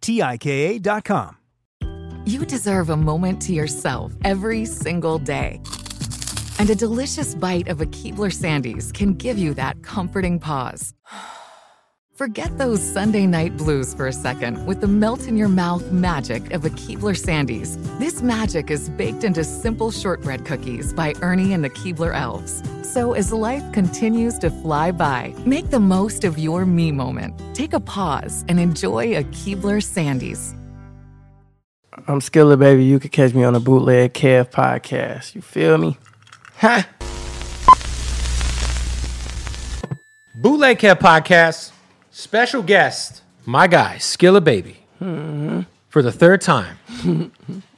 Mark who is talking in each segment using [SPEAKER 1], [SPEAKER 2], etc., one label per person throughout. [SPEAKER 1] T-I-K-A dot com.
[SPEAKER 2] You deserve a moment to yourself every single day. And a delicious bite of a Keebler Sandys can give you that comforting pause. Forget those Sunday night blues for a second with the melt in your mouth magic of a Keebler Sandys. This magic is baked into simple shortbread cookies by Ernie and the Keebler Elves. So as life continues to fly by, make the most of your me moment. Take a pause and enjoy a Keebler Sandys.
[SPEAKER 3] I'm Skiller Baby. You can catch me on the Bootleg Kev podcast. You feel me? Ha!
[SPEAKER 4] Bootleg Cat Podcast, special guest, my guy, Skilla Baby, for the third time.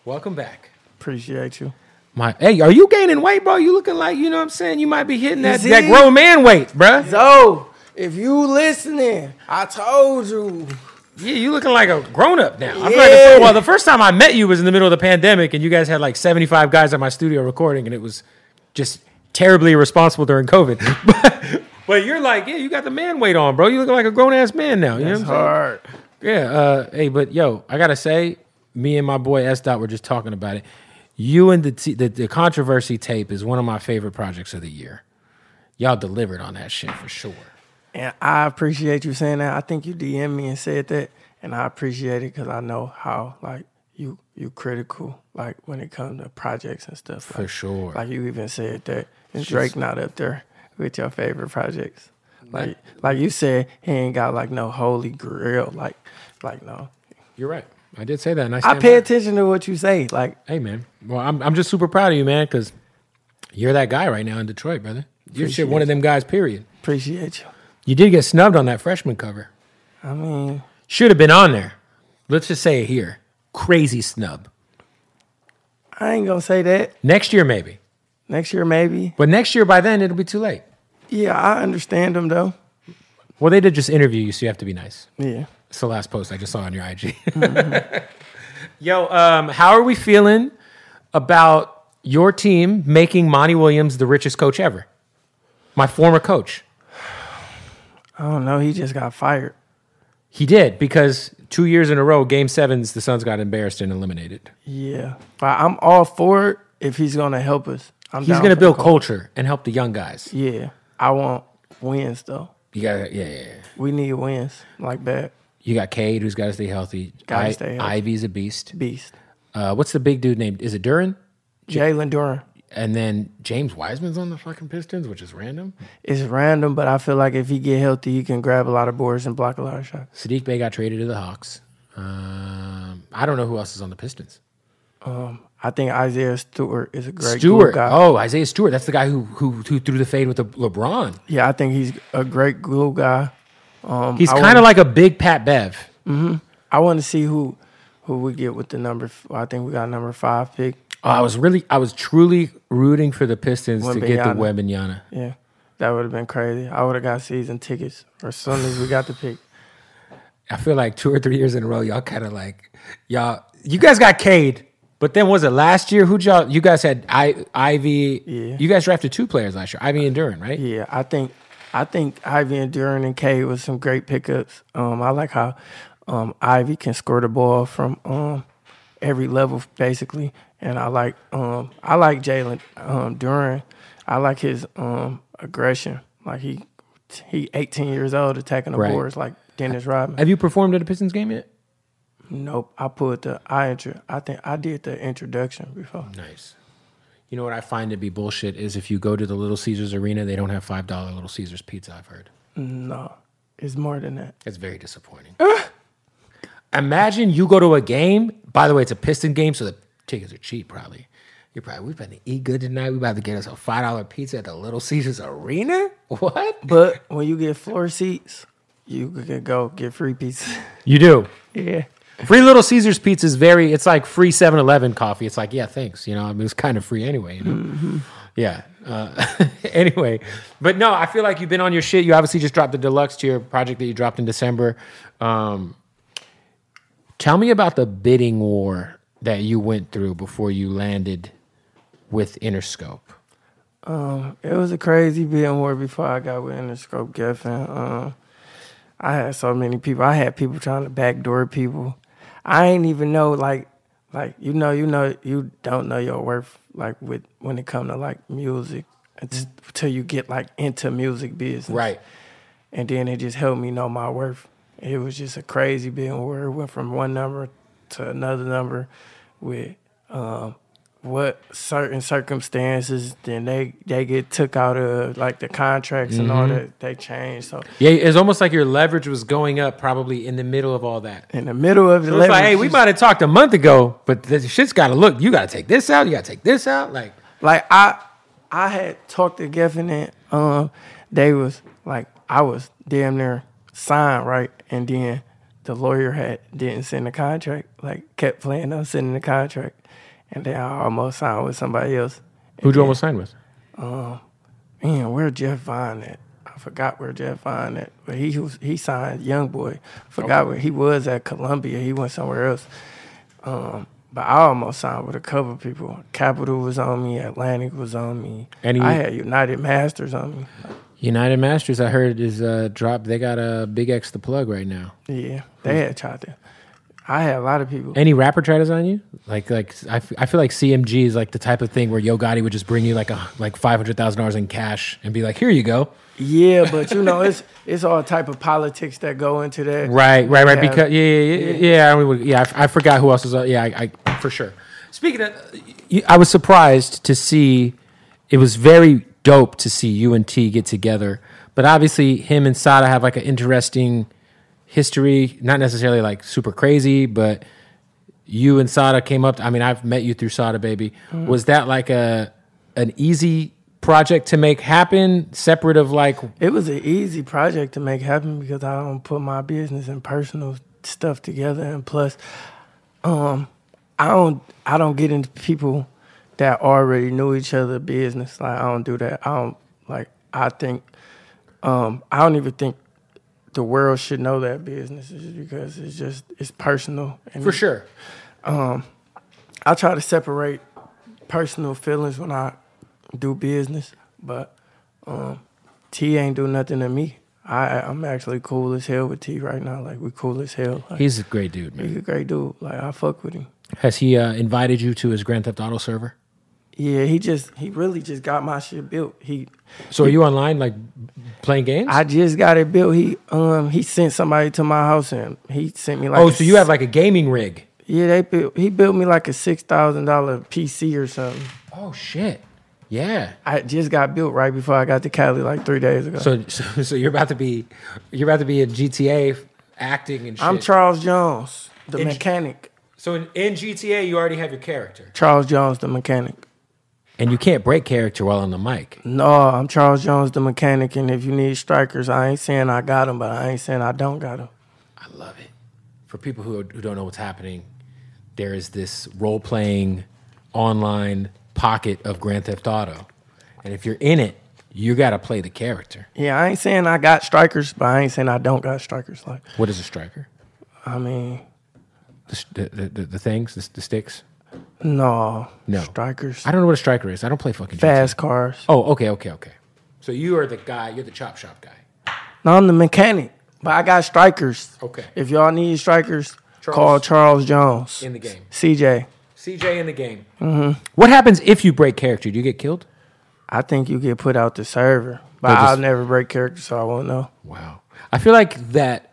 [SPEAKER 4] Welcome back.
[SPEAKER 3] Appreciate you.
[SPEAKER 4] My, hey, are you gaining weight, bro? You looking like, you know what I'm saying? You might be hitting that,
[SPEAKER 3] You
[SPEAKER 4] that
[SPEAKER 3] see?
[SPEAKER 4] grown man weight, bruh.
[SPEAKER 3] So, Oh, if you listening, I told you.
[SPEAKER 4] Yeah, you looking like a grown up now. I feel like the,
[SPEAKER 3] Yeah.
[SPEAKER 4] well, the first time I met you was in the middle of the pandemic, and you guys had like 75 guys at my studio recording, and it was just terribly irresponsible during COVID. but, but you're like, yeah, you got the man weight on, bro. You looking like a grown ass man now. You know what I'm
[SPEAKER 3] It's
[SPEAKER 4] saying?
[SPEAKER 3] hard.
[SPEAKER 4] Yeah. Uh, hey, but yo, I gotta say, me and my boy S Dot were just talking about it. You and the, t- the the controversy tape is one of my favorite projects of the year. Y'all delivered on that shit for sure.
[SPEAKER 3] And I appreciate you saying that. I think you DM me and said that, and I appreciate it because I know how like you you critical like when it comes to projects and stuff.
[SPEAKER 4] For sure.
[SPEAKER 3] Like you even said that is Drake not up there with your favorite projects? Like like you said, he ain't got like no holy grail. Like like no.
[SPEAKER 4] You're right. I did say that. And I,
[SPEAKER 3] I
[SPEAKER 4] stand
[SPEAKER 3] pay
[SPEAKER 4] by it.
[SPEAKER 3] attention to what you say. Like
[SPEAKER 4] Hey, man. Well, I'm I'm just super proud of you, man, because you're that guy right now in Detroit, brother. You're shit one of them guys. Period.
[SPEAKER 3] appreciate you.
[SPEAKER 4] You did get snubbed on that freshman cover.
[SPEAKER 3] I mean,
[SPEAKER 4] Should have been on there. Let's just say it here. Crazy snub.
[SPEAKER 3] I ain't gonna say that.
[SPEAKER 4] Next year maybe,
[SPEAKER 3] Next year maybe.
[SPEAKER 4] but next year by then it'll be too late.
[SPEAKER 3] Yeah, I understand him though.
[SPEAKER 4] Well, they did just interview you, so you have to be nice.
[SPEAKER 3] Yeah.
[SPEAKER 4] It's the last post I just saw on your IG. Yo, um, how are we feeling about your team making Monty Williams the richest coach ever? My former coach.
[SPEAKER 3] I don't know. He just got fired.
[SPEAKER 4] He did because two years in a row, game sevens, the Suns got embarrassed and eliminated.
[SPEAKER 3] Yeah, but I'm all for it if he's gonna help us. I'm
[SPEAKER 4] He's
[SPEAKER 3] down
[SPEAKER 4] going
[SPEAKER 3] for
[SPEAKER 4] to
[SPEAKER 3] the
[SPEAKER 4] build
[SPEAKER 3] cause.
[SPEAKER 4] culture and help the young guys.
[SPEAKER 3] Yeah, I want wins though.
[SPEAKER 4] You got, yeah, yeah, yeah.
[SPEAKER 3] We need wins like that.
[SPEAKER 4] You got Cade, who's got to stay healthy.
[SPEAKER 3] Gotta stay healthy.
[SPEAKER 4] Ivy's a beast.
[SPEAKER 3] Beast.
[SPEAKER 4] Uh, what's the big dude named? Is it Duran?
[SPEAKER 3] Jalen Duran
[SPEAKER 4] And then James Wiseman's on the fucking Pistons, which is random.
[SPEAKER 3] It's random, but I feel like if he get healthy, he can grab a lot of boards and block a lot of shots.
[SPEAKER 4] Sadiq Bay got traded to the Hawks. Um, I don't know who else is on the Pistons.
[SPEAKER 3] I think Isaiah Stewart is a great glue
[SPEAKER 4] Stewart.
[SPEAKER 3] guy.
[SPEAKER 4] Oh, Isaiah Stewart. That's the guy who who, who threw the fade with the LeBron.
[SPEAKER 3] Yeah, I think he's a great glue guy. Um,
[SPEAKER 4] He's
[SPEAKER 3] I
[SPEAKER 4] kind of
[SPEAKER 3] would-
[SPEAKER 4] like a big Pat Bev.
[SPEAKER 3] I want to see who who we get with the number. f- I think we got number five pick.
[SPEAKER 4] Oh, I was really, I was truly rooting for the Pistons to get the
[SPEAKER 3] Wembanyama.
[SPEAKER 4] Wembanyama.
[SPEAKER 3] Yeah, that would have been crazy. I would have got season tickets as soon as we got the pick.
[SPEAKER 4] I feel like two or three years in a row, y'all kind of like y'all. You guys got Cade, but then was it last year? Who y'all? You guys had I, Ivy.
[SPEAKER 3] Yeah.
[SPEAKER 4] You guys drafted two players last year, Ivy and Duran, right?
[SPEAKER 3] Yeah, I think I think Ivy and Duran and K was some great pickups. Um, I like how um, Ivy can score the ball from um, every level basically, and I like um, I like Jalen um, Duran. I like his um, aggression. Like he he 18 years old attacking the
[SPEAKER 4] Right.
[SPEAKER 3] boards like Dennis Rodman.
[SPEAKER 4] Have you performed at a Pistons game yet?
[SPEAKER 3] Nope, I put the I intro. I think I did the introduction before.
[SPEAKER 4] Nice. You know what I find to be bullshit is if you go to the Little Caesars Arena, they don't have five dollar Little Caesars pizza. I've heard
[SPEAKER 3] No, it's more than that.
[SPEAKER 4] it's very disappointing. Imagine you go to a game. By the way, it's a Piston game, so the tickets are cheap. Probably you're probably we've been to eat good tonight. We about to get us a five dollar pizza at the Little Caesars Arena. What?
[SPEAKER 3] But when you get floor seats, you can go get free pizza.
[SPEAKER 4] You do.
[SPEAKER 3] yeah.
[SPEAKER 4] Free Little Caesars pizza is very. It's like free 7-Eleven coffee. It's like yeah, thanks. You know, I mean, it's kind of free anyway. You know? Yeah. Uh, anyway, but no, I feel like you've been on your shit. You obviously just dropped the deluxe to your project that you dropped in December. Um, tell me about the bidding war that you went through before you landed with Interscope.
[SPEAKER 3] It was a crazy being war before I got with Interscope Geffen. Um, I had so many people. I had people trying to backdoor people. I ain't even know like like you know you know you don't know your worth like with when it come to like music until till you get like into music business. and then it just helped me know my worth. It was just a crazy being where it went from one number to another number with um, what certain circumstances. Then they they get took out of like the contracts and all that. They change. So
[SPEAKER 4] Yeah, it's almost like your leverage was going up probably in the middle of all that.
[SPEAKER 3] in the middle of the
[SPEAKER 4] It's like,
[SPEAKER 3] leverage,
[SPEAKER 4] hey, we
[SPEAKER 3] just-
[SPEAKER 4] might have talked a month ago, but this shit's got to look. You got to take this out. You got to take this out. Like,
[SPEAKER 3] Like I, I had talked to Geffen and um, they was like I was damn near signed right, and then the lawyer had didn't send the contract. Like kept playing on sending the contract, and then I almost signed with somebody else.
[SPEAKER 4] who'd you almost sign with?
[SPEAKER 3] Man, where Jeff Vine at? I forgot where Jeff Vine at, but he was he signed Young Boy. Forgot where he was at Columbia. He went somewhere else. Um, but I almost signed with a couple of people. Capital was on me. Atlantic was on me.
[SPEAKER 4] And he-
[SPEAKER 3] I had United Masters on me.
[SPEAKER 4] United Masters, I heard, is uh, dropped. They got a Big X the plug right now.
[SPEAKER 3] Yeah, they had tried to. I had a lot of people.
[SPEAKER 4] Any rapper try to sign you? Like, like I, f- I feel like CMG is like the type of thing where Yo Gotti would just bring you like a like five hundred thousand dollars in cash and be like, here you go.
[SPEAKER 3] Yeah, but you know, it's it's all type of politics that go into that.
[SPEAKER 4] Right, right, right.
[SPEAKER 3] Yeah.
[SPEAKER 4] Because yeah, yeah, yeah. yeah, I, would- yeah, I, I forgot who else was. on- Yeah, I, I for sure. Speaking of, you- I was surprised to see. It was very dope to see you and T get together, but obviously him and Sada have like an interesting history. Not necessarily like super crazy, but you and Sada came up. I mean, I've met you through Sada, baby. Was that like a an easy project to make happen, separate of like
[SPEAKER 3] It was an easy project to make happen because I don't put my business and personal stuff together, and plus, um, I don't I don't get into people that already knew each other business. Like I don't do that. I don't like I think um I don't even think the world should know that business is because it's just it's personal and
[SPEAKER 4] for sure?
[SPEAKER 3] I try to separate personal feelings when I do business, but um, T ain't do nothing to me. I I'm actually cool as hell with T right now. Like we cool as hell. Like,
[SPEAKER 4] He's a great dude, man.
[SPEAKER 3] he's a great dude. Like I fuck with him.
[SPEAKER 4] Has he uh, invited you to his Grand Theft Auto server?
[SPEAKER 3] Yeah, he just he really just got my shit built. He
[SPEAKER 4] So are you online like playing games?
[SPEAKER 3] I just got it built. He um he sent somebody to my house and he sent me like
[SPEAKER 4] oh,
[SPEAKER 3] a
[SPEAKER 4] so you have like a gaming rig?
[SPEAKER 3] yeah they built he built me like a six thousand dollar PC or something.
[SPEAKER 4] Oh shit! Yeah.
[SPEAKER 3] I just got built right before I got to Cali like three days ago.
[SPEAKER 4] So so, so you're about to be you're about to be in GTA acting and shit.
[SPEAKER 3] I'm Charles Jones, the
[SPEAKER 4] Int-
[SPEAKER 3] mechanic.
[SPEAKER 4] so in, in GTA you already have your character,
[SPEAKER 3] Charles Jones, the mechanic.
[SPEAKER 4] and you can't break character while on the mic.
[SPEAKER 3] No, I'm Charles Jones, the mechanic. And if you need strikers, I ain't saying I got them, but I ain't saying I don't got them.
[SPEAKER 4] I love it. For people who, who don't know what's happening, there is this role playing online pocket of Grand Theft Auto, and if you're in it, you got to play the character.
[SPEAKER 3] Yeah, I ain't saying I got strikers, but I ain't saying I don't got strikers. Like,
[SPEAKER 4] What is a striker?
[SPEAKER 3] I mean,
[SPEAKER 4] The, the, the, the things, the, the sticks.
[SPEAKER 3] no,
[SPEAKER 4] No.
[SPEAKER 3] strikers,
[SPEAKER 4] I don't know what a striker is. I don't play fucking GTA.
[SPEAKER 3] fast cars.
[SPEAKER 4] Oh, okay, okay, okay. So you are the guy. You're the chop shop guy.
[SPEAKER 3] No, I'm the mechanic. But I got strikers.
[SPEAKER 4] Okay.
[SPEAKER 3] If y'all need strikers,
[SPEAKER 4] Charles.
[SPEAKER 3] call Charles Jones.
[SPEAKER 4] In the game.
[SPEAKER 3] CJ,
[SPEAKER 4] CJ in the game. What happens if you break character? Do you get killed?
[SPEAKER 3] I think you get put out the server. But
[SPEAKER 4] They'll just-
[SPEAKER 3] I'll never break character, so I won't know.
[SPEAKER 4] Wow. I feel like that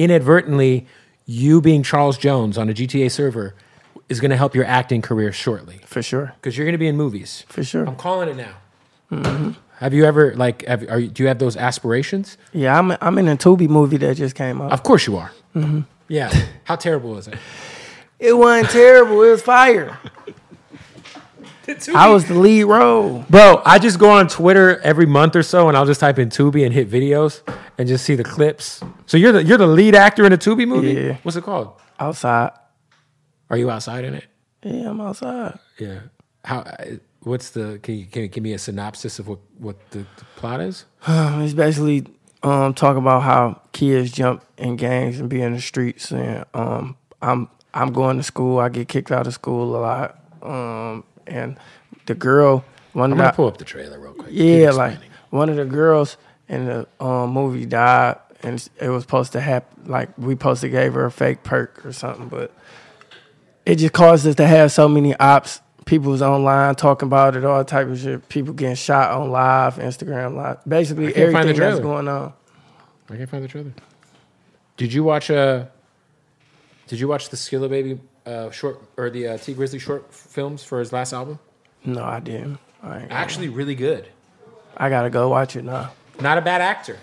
[SPEAKER 4] inadvertently, you being Charles Jones on a GTA server is going to help your acting career shortly
[SPEAKER 3] For sure.
[SPEAKER 4] because you're going to be in movies.
[SPEAKER 3] For sure.
[SPEAKER 4] I'm calling it now. Have you ever like? Have, are you, do you have those aspirations?
[SPEAKER 3] Yeah, I'm I'm in a Tubi movie that just came out.
[SPEAKER 4] Of course you are. Yeah. How terrible is it?
[SPEAKER 3] It wasn't terrible. It was fire. I was the lead role.
[SPEAKER 4] Bro, I just go on Twitter every month or so, and I'll just type in Tubi and hit videos and just see the clips. So you're the you're the lead actor in a Tubi movie.
[SPEAKER 3] Yeah.
[SPEAKER 4] What's it called?
[SPEAKER 3] Outside.
[SPEAKER 4] Are you outside in it?
[SPEAKER 3] Yeah, I'm outside.
[SPEAKER 4] Yeah. How? I- What's the? Can you, can you give me a synopsis of what what the, the plot is?
[SPEAKER 3] It's basically um, talk about how kids jump in gangs and be in the streets. And um, I'm I'm going to school. I get kicked out of school a lot. Um, and the girl, one
[SPEAKER 4] I'm
[SPEAKER 3] of
[SPEAKER 4] gonna
[SPEAKER 3] my
[SPEAKER 4] pull up the trailer real quick. Keep
[SPEAKER 3] yeah, like
[SPEAKER 4] explaining.
[SPEAKER 3] one of the girls in the um, movie died, and it was supposed to happen. Like we supposed to gave her a fake perk or something, but it just caused us to have so many ops. People was online talking about it, all type of shit. People getting shot on live, Instagram live, basically
[SPEAKER 4] can't find the
[SPEAKER 3] everything that's
[SPEAKER 4] trailer.
[SPEAKER 3] going on.
[SPEAKER 4] I can't find the trailer. Did you watch uh Did you watch the Skilla Baby uh, short or the uh, T Grizzly short films for his last album?
[SPEAKER 3] No, I didn't. I, ain't-
[SPEAKER 4] Actually, really good.
[SPEAKER 3] I gotta go watch it now.
[SPEAKER 4] Not a bad actor.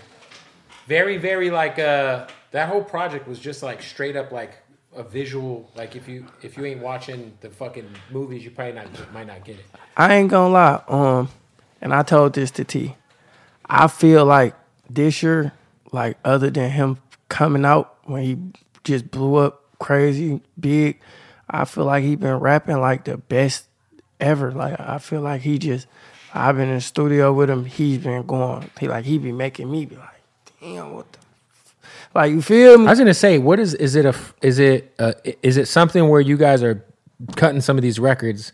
[SPEAKER 4] Very, very like uh that whole project was just like straight up like a visual. Like if you if you ain't watching the fucking movies, you probably not might not get it.
[SPEAKER 3] I ain't gonna lie. Um, and I told this to T. I feel like this year, like other than him coming out when he just blew up crazy big, I feel like he been rapping like the best ever. Like I feel like he just, I've been in the studio with him. He's been going. He like he be making me be like, damn, what the, f-? like you feel me?
[SPEAKER 4] I was gonna say, what is is it a f- is it uh, is it something where you guys are cutting some of these records,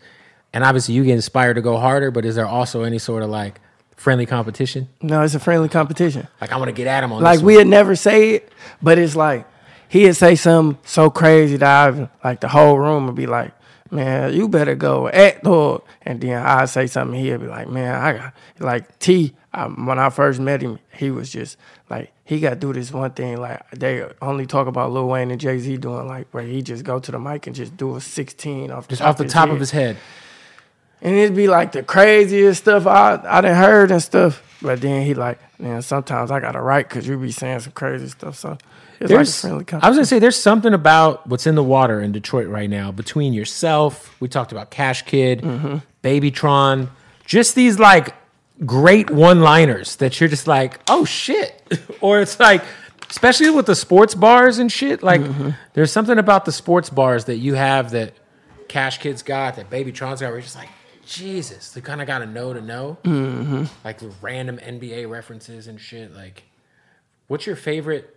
[SPEAKER 4] and obviously you get inspired to go harder, but is there also any sort of like friendly competition?
[SPEAKER 3] No, it's a friendly competition.
[SPEAKER 4] Like I want to get at him on
[SPEAKER 3] Like
[SPEAKER 4] this
[SPEAKER 3] we
[SPEAKER 4] one.
[SPEAKER 3] would never say it, but it's like he'd say something so crazy that I like the whole room would be like, "Man, you better go act or." And then I'd say something, he'd be like, "Man, I got like T." I, when I first met him, he was just like he got to do this one thing. Like they only talk about Lil Wayne and Jay Z doing like where he just go to the mic and just do a sixteen off the
[SPEAKER 4] just
[SPEAKER 3] top
[SPEAKER 4] off the top of his head.
[SPEAKER 3] and it'd be like the craziest stuff I I done heard and stuff. But then he like, man, sometimes I gotta write because you be saying some crazy stuff. So it's like a
[SPEAKER 4] There's,
[SPEAKER 3] friendly
[SPEAKER 4] I was
[SPEAKER 3] competition.
[SPEAKER 4] gonna say, there's something about what's in the water in Detroit right now between yourself. We talked about Cash Kid,
[SPEAKER 3] Mm-hmm.
[SPEAKER 4] Babytron, just these like great one-liners that you're just like, oh shit, or it's like, especially with the sports bars and shit. Like,
[SPEAKER 3] Mm-hmm.
[SPEAKER 4] there's something about the sports bars that you have that Cash Kid's got, that Babytron's got. Where you're just like, Jesus, they kind of got to know to know,
[SPEAKER 3] Mm-hmm.
[SPEAKER 4] like the random NBA references and shit. Like, what's your favorite?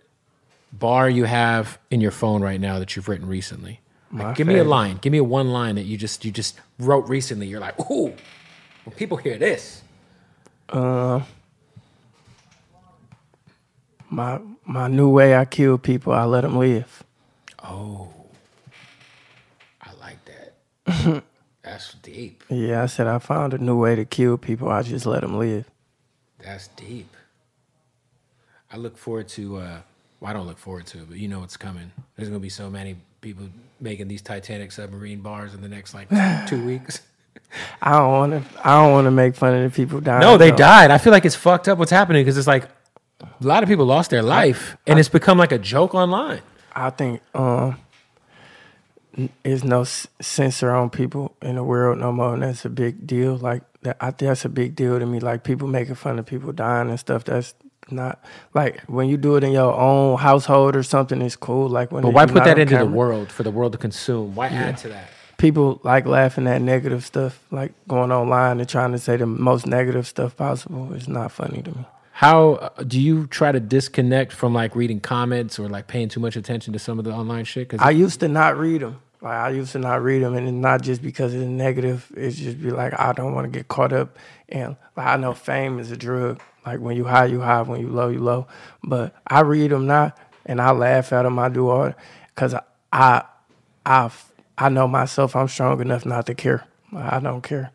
[SPEAKER 4] bar you have in your phone right now that you've written recently? Like, give me a
[SPEAKER 3] favorite.
[SPEAKER 4] line. Give me a one line that you just you just wrote recently. You're like, ooh, when people hear this,
[SPEAKER 3] my my new way I kill people, I let them live.
[SPEAKER 4] I like that. That's deep.
[SPEAKER 3] Yeah, I said I found a new way to kill people. I just let them live.
[SPEAKER 4] That's deep. I look forward to. Uh, well, I don't look forward to it, but you know it's coming. There's gonna be so many people making these Titanic submarine bars in the next like two weeks.
[SPEAKER 3] I don't want to. I don't want to make fun of the people dying.
[SPEAKER 4] No, they
[SPEAKER 3] though.
[SPEAKER 4] died. I feel like it's fucked up what's happening because it's like a lot of people lost their life and it's become like a joke online.
[SPEAKER 3] I think um, n- there's no s- censor on people in the world no more, and that's a big deal. Like that, I, that's a big deal to me. Like people making fun of people dying and stuff. That's not like when you do it in your own household or something. It's cool. Like when
[SPEAKER 4] But
[SPEAKER 3] it's
[SPEAKER 4] why put
[SPEAKER 3] not
[SPEAKER 4] that
[SPEAKER 3] on
[SPEAKER 4] into the
[SPEAKER 3] camera.
[SPEAKER 4] world for the world to consume? Why add to that?
[SPEAKER 3] People like laughing at negative stuff, like going online and trying to say the most negative stuff possible. It's not funny to me.
[SPEAKER 4] How uh, do you try to disconnect from like reading comments or like paying too much attention to some of the online shit? Because
[SPEAKER 3] I used to not read them. Like I used to not read them, and it's not just because it's negative. It's just be like I don't want to get caught up, and like, I know fame is a drug. Like when you high, you high. When you low, you low. But I read them now, and I laugh at them. I do all because I, I, I, I know myself. I'm strong enough not to care. I don't care.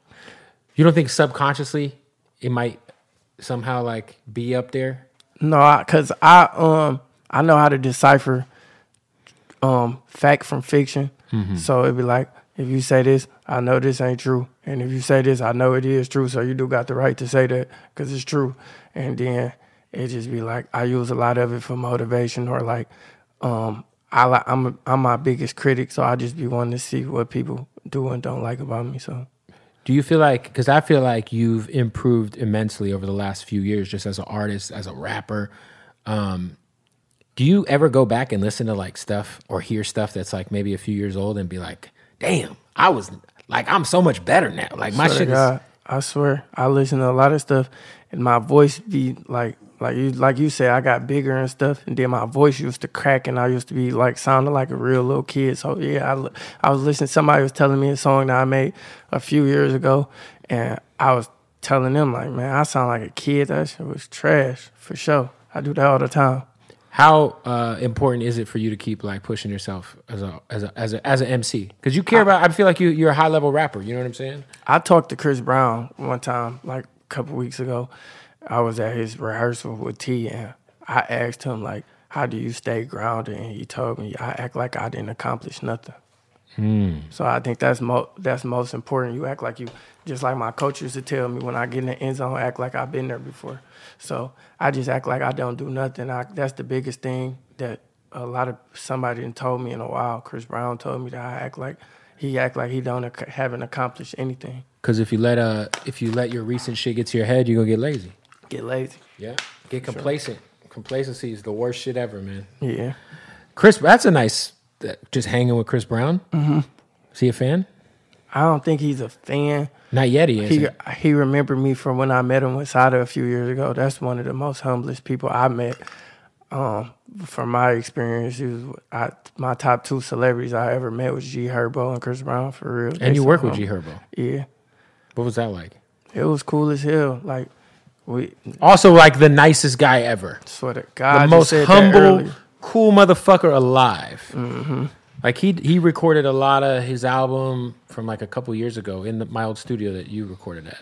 [SPEAKER 4] You don't think subconsciously it might somehow like be up there?
[SPEAKER 3] No, because I, um I know how to decipher um fact from fiction. So it'd be like if you say this, I know this ain't true, and if you say this, I know it is true. So you do got the right to say that because it's true. And then it just be like I use a lot of it for motivation or like um I like I'm I'm my biggest critic, so I just be wanting to see what people do and don't like about me. So
[SPEAKER 4] Do you feel like because I feel like you've improved immensely over the last few years, just as an artist, as a rapper. Um, do you ever go back and listen to like stuff or hear stuff that's like maybe a few years old and be like, "Damn, I was like I'm so much better now. Like my
[SPEAKER 3] swear
[SPEAKER 4] shit
[SPEAKER 3] to
[SPEAKER 4] is
[SPEAKER 3] God, I swear, I listen to a lot of stuff, and my voice be like, like you, like you said, I got bigger and stuff, and then my voice used to crack, and I used to be like sounding like a real little kid. So yeah, I, li- I was listening. Somebody was telling me a song that I made a few years ago, and I was telling them like, man, I sound like a kid. That shit was trash for sure. I do that all the time.
[SPEAKER 4] How uh, important is it for you to keep like pushing yourself as a as a as a, as an MC? Because you care about. I feel like you you're a high level rapper. You know what I'm saying?
[SPEAKER 3] I talked to Chris Brown one time, like a couple weeks ago. I was at his rehearsal with T, and I asked him like, "How do you stay grounded?" And he told me, "I act like I didn't accomplish nothing." So I think that's mo- that's most important. You act like you, just like my coach used to tell me when I get in the end zone, act like I've been there before. So I just act like I don't do nothing. I, that's the biggest thing that a lot of somebody done told me in a while. Chris Brown told me that I act like he act like he don't ac- haven't accomplished anything.
[SPEAKER 4] Because if you let uh if you let your recent shit get to your head, you're gonna get lazy.
[SPEAKER 3] Get lazy.
[SPEAKER 4] Yeah, get complacent. Complacency is the worst shit ever, man.
[SPEAKER 3] Yeah.
[SPEAKER 4] Chris, that's a nice that- just hanging with Chris Brown. Mm-hmm. Is he a fan?
[SPEAKER 3] I don't think he's a fan.
[SPEAKER 4] Not yet. He
[SPEAKER 3] He
[SPEAKER 4] isn't.
[SPEAKER 3] he remembered me from when I met him with Sada a few years ago. That's one of the most humblest people I met. Um, from my experience, he was I, my top two celebrities I ever met was G Herbo and Chris Brown for real.
[SPEAKER 4] and you work with G
[SPEAKER 3] Herbo.
[SPEAKER 4] Herbo.
[SPEAKER 3] Yeah,
[SPEAKER 4] What was that like?
[SPEAKER 3] it was cool as hell. Like we
[SPEAKER 4] Also, like the nicest guy ever.
[SPEAKER 3] swear to
[SPEAKER 4] the
[SPEAKER 3] God, you
[SPEAKER 4] most
[SPEAKER 3] said that
[SPEAKER 4] humble,
[SPEAKER 3] earlier.
[SPEAKER 4] cool motherfucker alive. Like he he recorded a lot of his album from like a couple years ago in the, my old studio that you recorded at.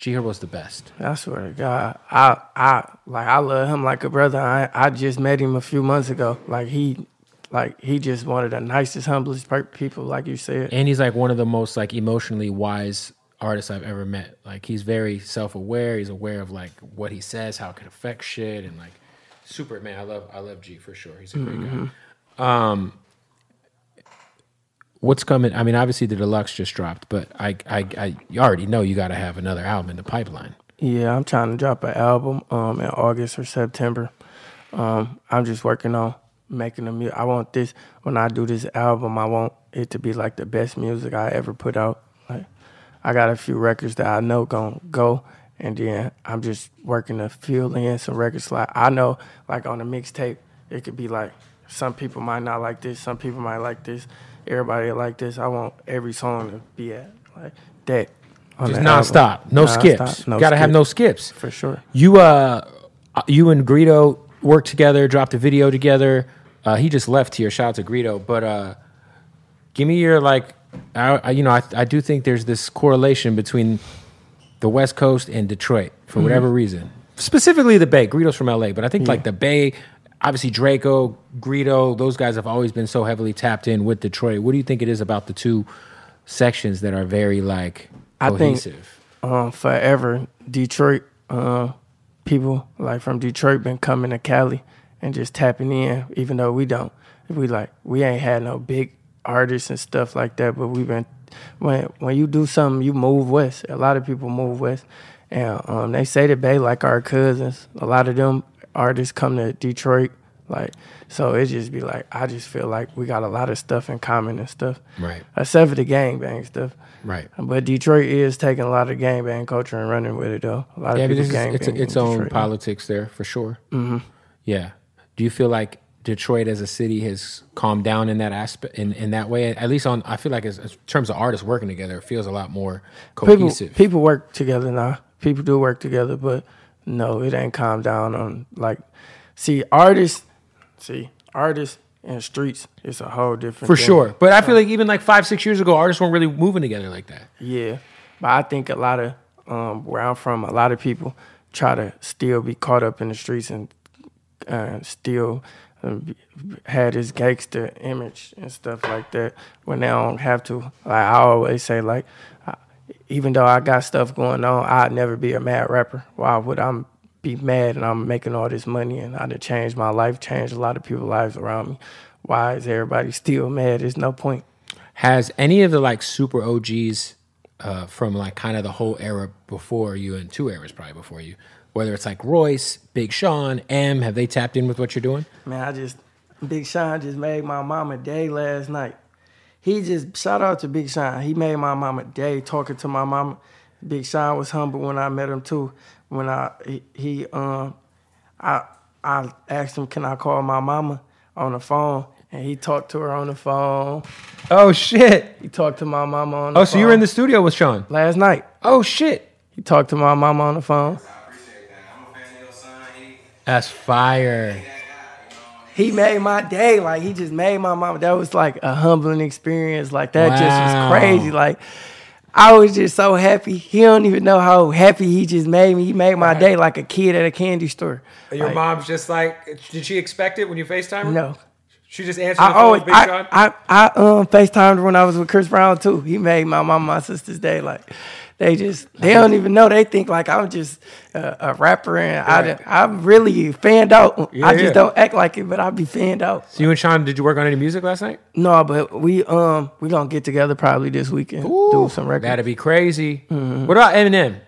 [SPEAKER 4] G Herbo's the best.
[SPEAKER 3] I swear to God, I I like I love him like a brother. I I just met him a few months ago. Like he, like he just one of the nicest, humblest per- people. Like you said,
[SPEAKER 4] and he's like one of the most like emotionally wise artists I've ever met. Like he's very self aware. He's aware of like what he says, how it can affect shit, and like super man. I love I love G for sure. He's a great guy. Um,
[SPEAKER 3] Mm-hmm.
[SPEAKER 4] what's coming? I mean, obviously the deluxe just dropped, but I I, I you already know you got to have another album in the pipeline.
[SPEAKER 3] yeah, I'm trying to drop an album um in August or September. Um, I'm just working on making the music. I want this when I do this album. I want it to be like the best music I ever put out. Like I got a few records that I know gonna go, and then I'm just working to fill in some records. Like I know, like on a mixtape, it could be like some people might not like this, some people might like this, everybody like this. I want every song to be at like that. on
[SPEAKER 4] Just
[SPEAKER 3] the album.
[SPEAKER 4] nonstop, no
[SPEAKER 3] Nonstop,
[SPEAKER 4] skips.
[SPEAKER 3] no
[SPEAKER 4] got to have
[SPEAKER 3] skips.
[SPEAKER 4] no skips.
[SPEAKER 3] for sure.
[SPEAKER 4] You uh, you and Greedo worked together, dropped a video together. Uh, he just left here. Shout out to Greedo. But uh, give me your like, I, I you know, I I do think there's this correlation between the West Coast and Detroit
[SPEAKER 3] Mm-hmm.
[SPEAKER 4] for whatever reason. Specifically the Bay. Greedo's from LA, but I think like the Bay, obviously Draco, Greedo, those guys have always been so heavily tapped in with Detroit. What do you think it is about the two sections that are very like
[SPEAKER 3] I think-
[SPEAKER 4] cohesive?
[SPEAKER 3] um, forever. Detroit uh, people like from Detroit been coming to Cali and just tapping in, even though we don't. We like we ain't had no big artists and stuff like that, but we've been when when you do something, you move west. A lot of people move west, and um, they say that they like our cousins. A lot of them artists come to Detroit. Like so, it just be like I just feel like we got a lot of stuff in common and stuff,
[SPEAKER 4] Right.
[SPEAKER 3] Except for the gangbang stuff,
[SPEAKER 4] Right.
[SPEAKER 3] but Detroit is taking a lot of gangbang culture and running with it though. A lot
[SPEAKER 4] Yeah,
[SPEAKER 3] of
[SPEAKER 4] but
[SPEAKER 3] people
[SPEAKER 4] it's,
[SPEAKER 3] gangbang.
[SPEAKER 4] it's,
[SPEAKER 3] in
[SPEAKER 4] its own
[SPEAKER 3] Detroit.
[SPEAKER 4] politics there for sure. Mm-hmm. Yeah. Do you feel like Detroit as a city has calmed down in that aspect, in, in that way? At least on, I feel like as, as terms of artists working together, it feels a lot more
[SPEAKER 3] People
[SPEAKER 4] cohesive.
[SPEAKER 3] people work together now. People do work together, but No, it ain't calmed down on like see artists see artists and streets it's a whole different
[SPEAKER 4] for
[SPEAKER 3] thing.
[SPEAKER 4] sure. But I feel like even like five, six years ago, artists weren't really moving together like that.
[SPEAKER 3] Yeah. But I think a lot of um, where I'm from, a lot of people try to still be caught up in the streets and uh, still uh, be- had this gangster image and stuff like that. When they don't have to, like I always say, like I, even though I got stuff going on, I'd never be a mad rapper. Why would I be mad and I'm making all this money and I done changed my life, changed a lot of people's lives around me? Why is everybody still mad? There's no point.
[SPEAKER 4] Has any of the like super OGs uh, from like kind of the whole era before you and two eras probably before you, whether it's like Royce, Big Sean, M, have they tapped in with what you're doing?
[SPEAKER 3] Man, I just Big Sean just made my mama day last night. He just shout out to Big Sean. He made my mama day talking to my mama. Big Sean was humble when I met him too. When I he, he um I I asked him can I call my mama on the phone and he talked to her on the phone.
[SPEAKER 4] Oh shit!
[SPEAKER 3] He talked to my mama on the
[SPEAKER 4] Oh,
[SPEAKER 3] phone.
[SPEAKER 4] so you were in the studio with Sean?
[SPEAKER 3] last night.
[SPEAKER 4] Oh shit!
[SPEAKER 3] He talked to my mama on the phone.
[SPEAKER 4] That's fire.
[SPEAKER 3] he made my day. Like he just made my mama. That was like a humbling experience. Like that
[SPEAKER 4] Wow.
[SPEAKER 3] just was crazy. Like I was just so happy. He don't even know how happy he just made me. He made my day like a kid at a candy store. Like,
[SPEAKER 4] mom's just like, did she expect it when you Facetime her?
[SPEAKER 3] No.
[SPEAKER 4] She just answered
[SPEAKER 3] I always I, I I um FaceTimed when I was with Chris Brown too. He made my mom my sister's day. Like they just they don't even know. They think like I'm just a, a rapper and I
[SPEAKER 4] Right.
[SPEAKER 3] done- I'm really fanned out.
[SPEAKER 4] Yeah,
[SPEAKER 3] I just
[SPEAKER 4] yeah.
[SPEAKER 3] don't act like it, but I be fanned out.
[SPEAKER 4] so you and Sean, did you work on any music last night?
[SPEAKER 3] No, but we um we gonna get together probably this weekend. do some records.
[SPEAKER 4] That'd be crazy.
[SPEAKER 3] Mm-hmm.
[SPEAKER 4] What about Eminem?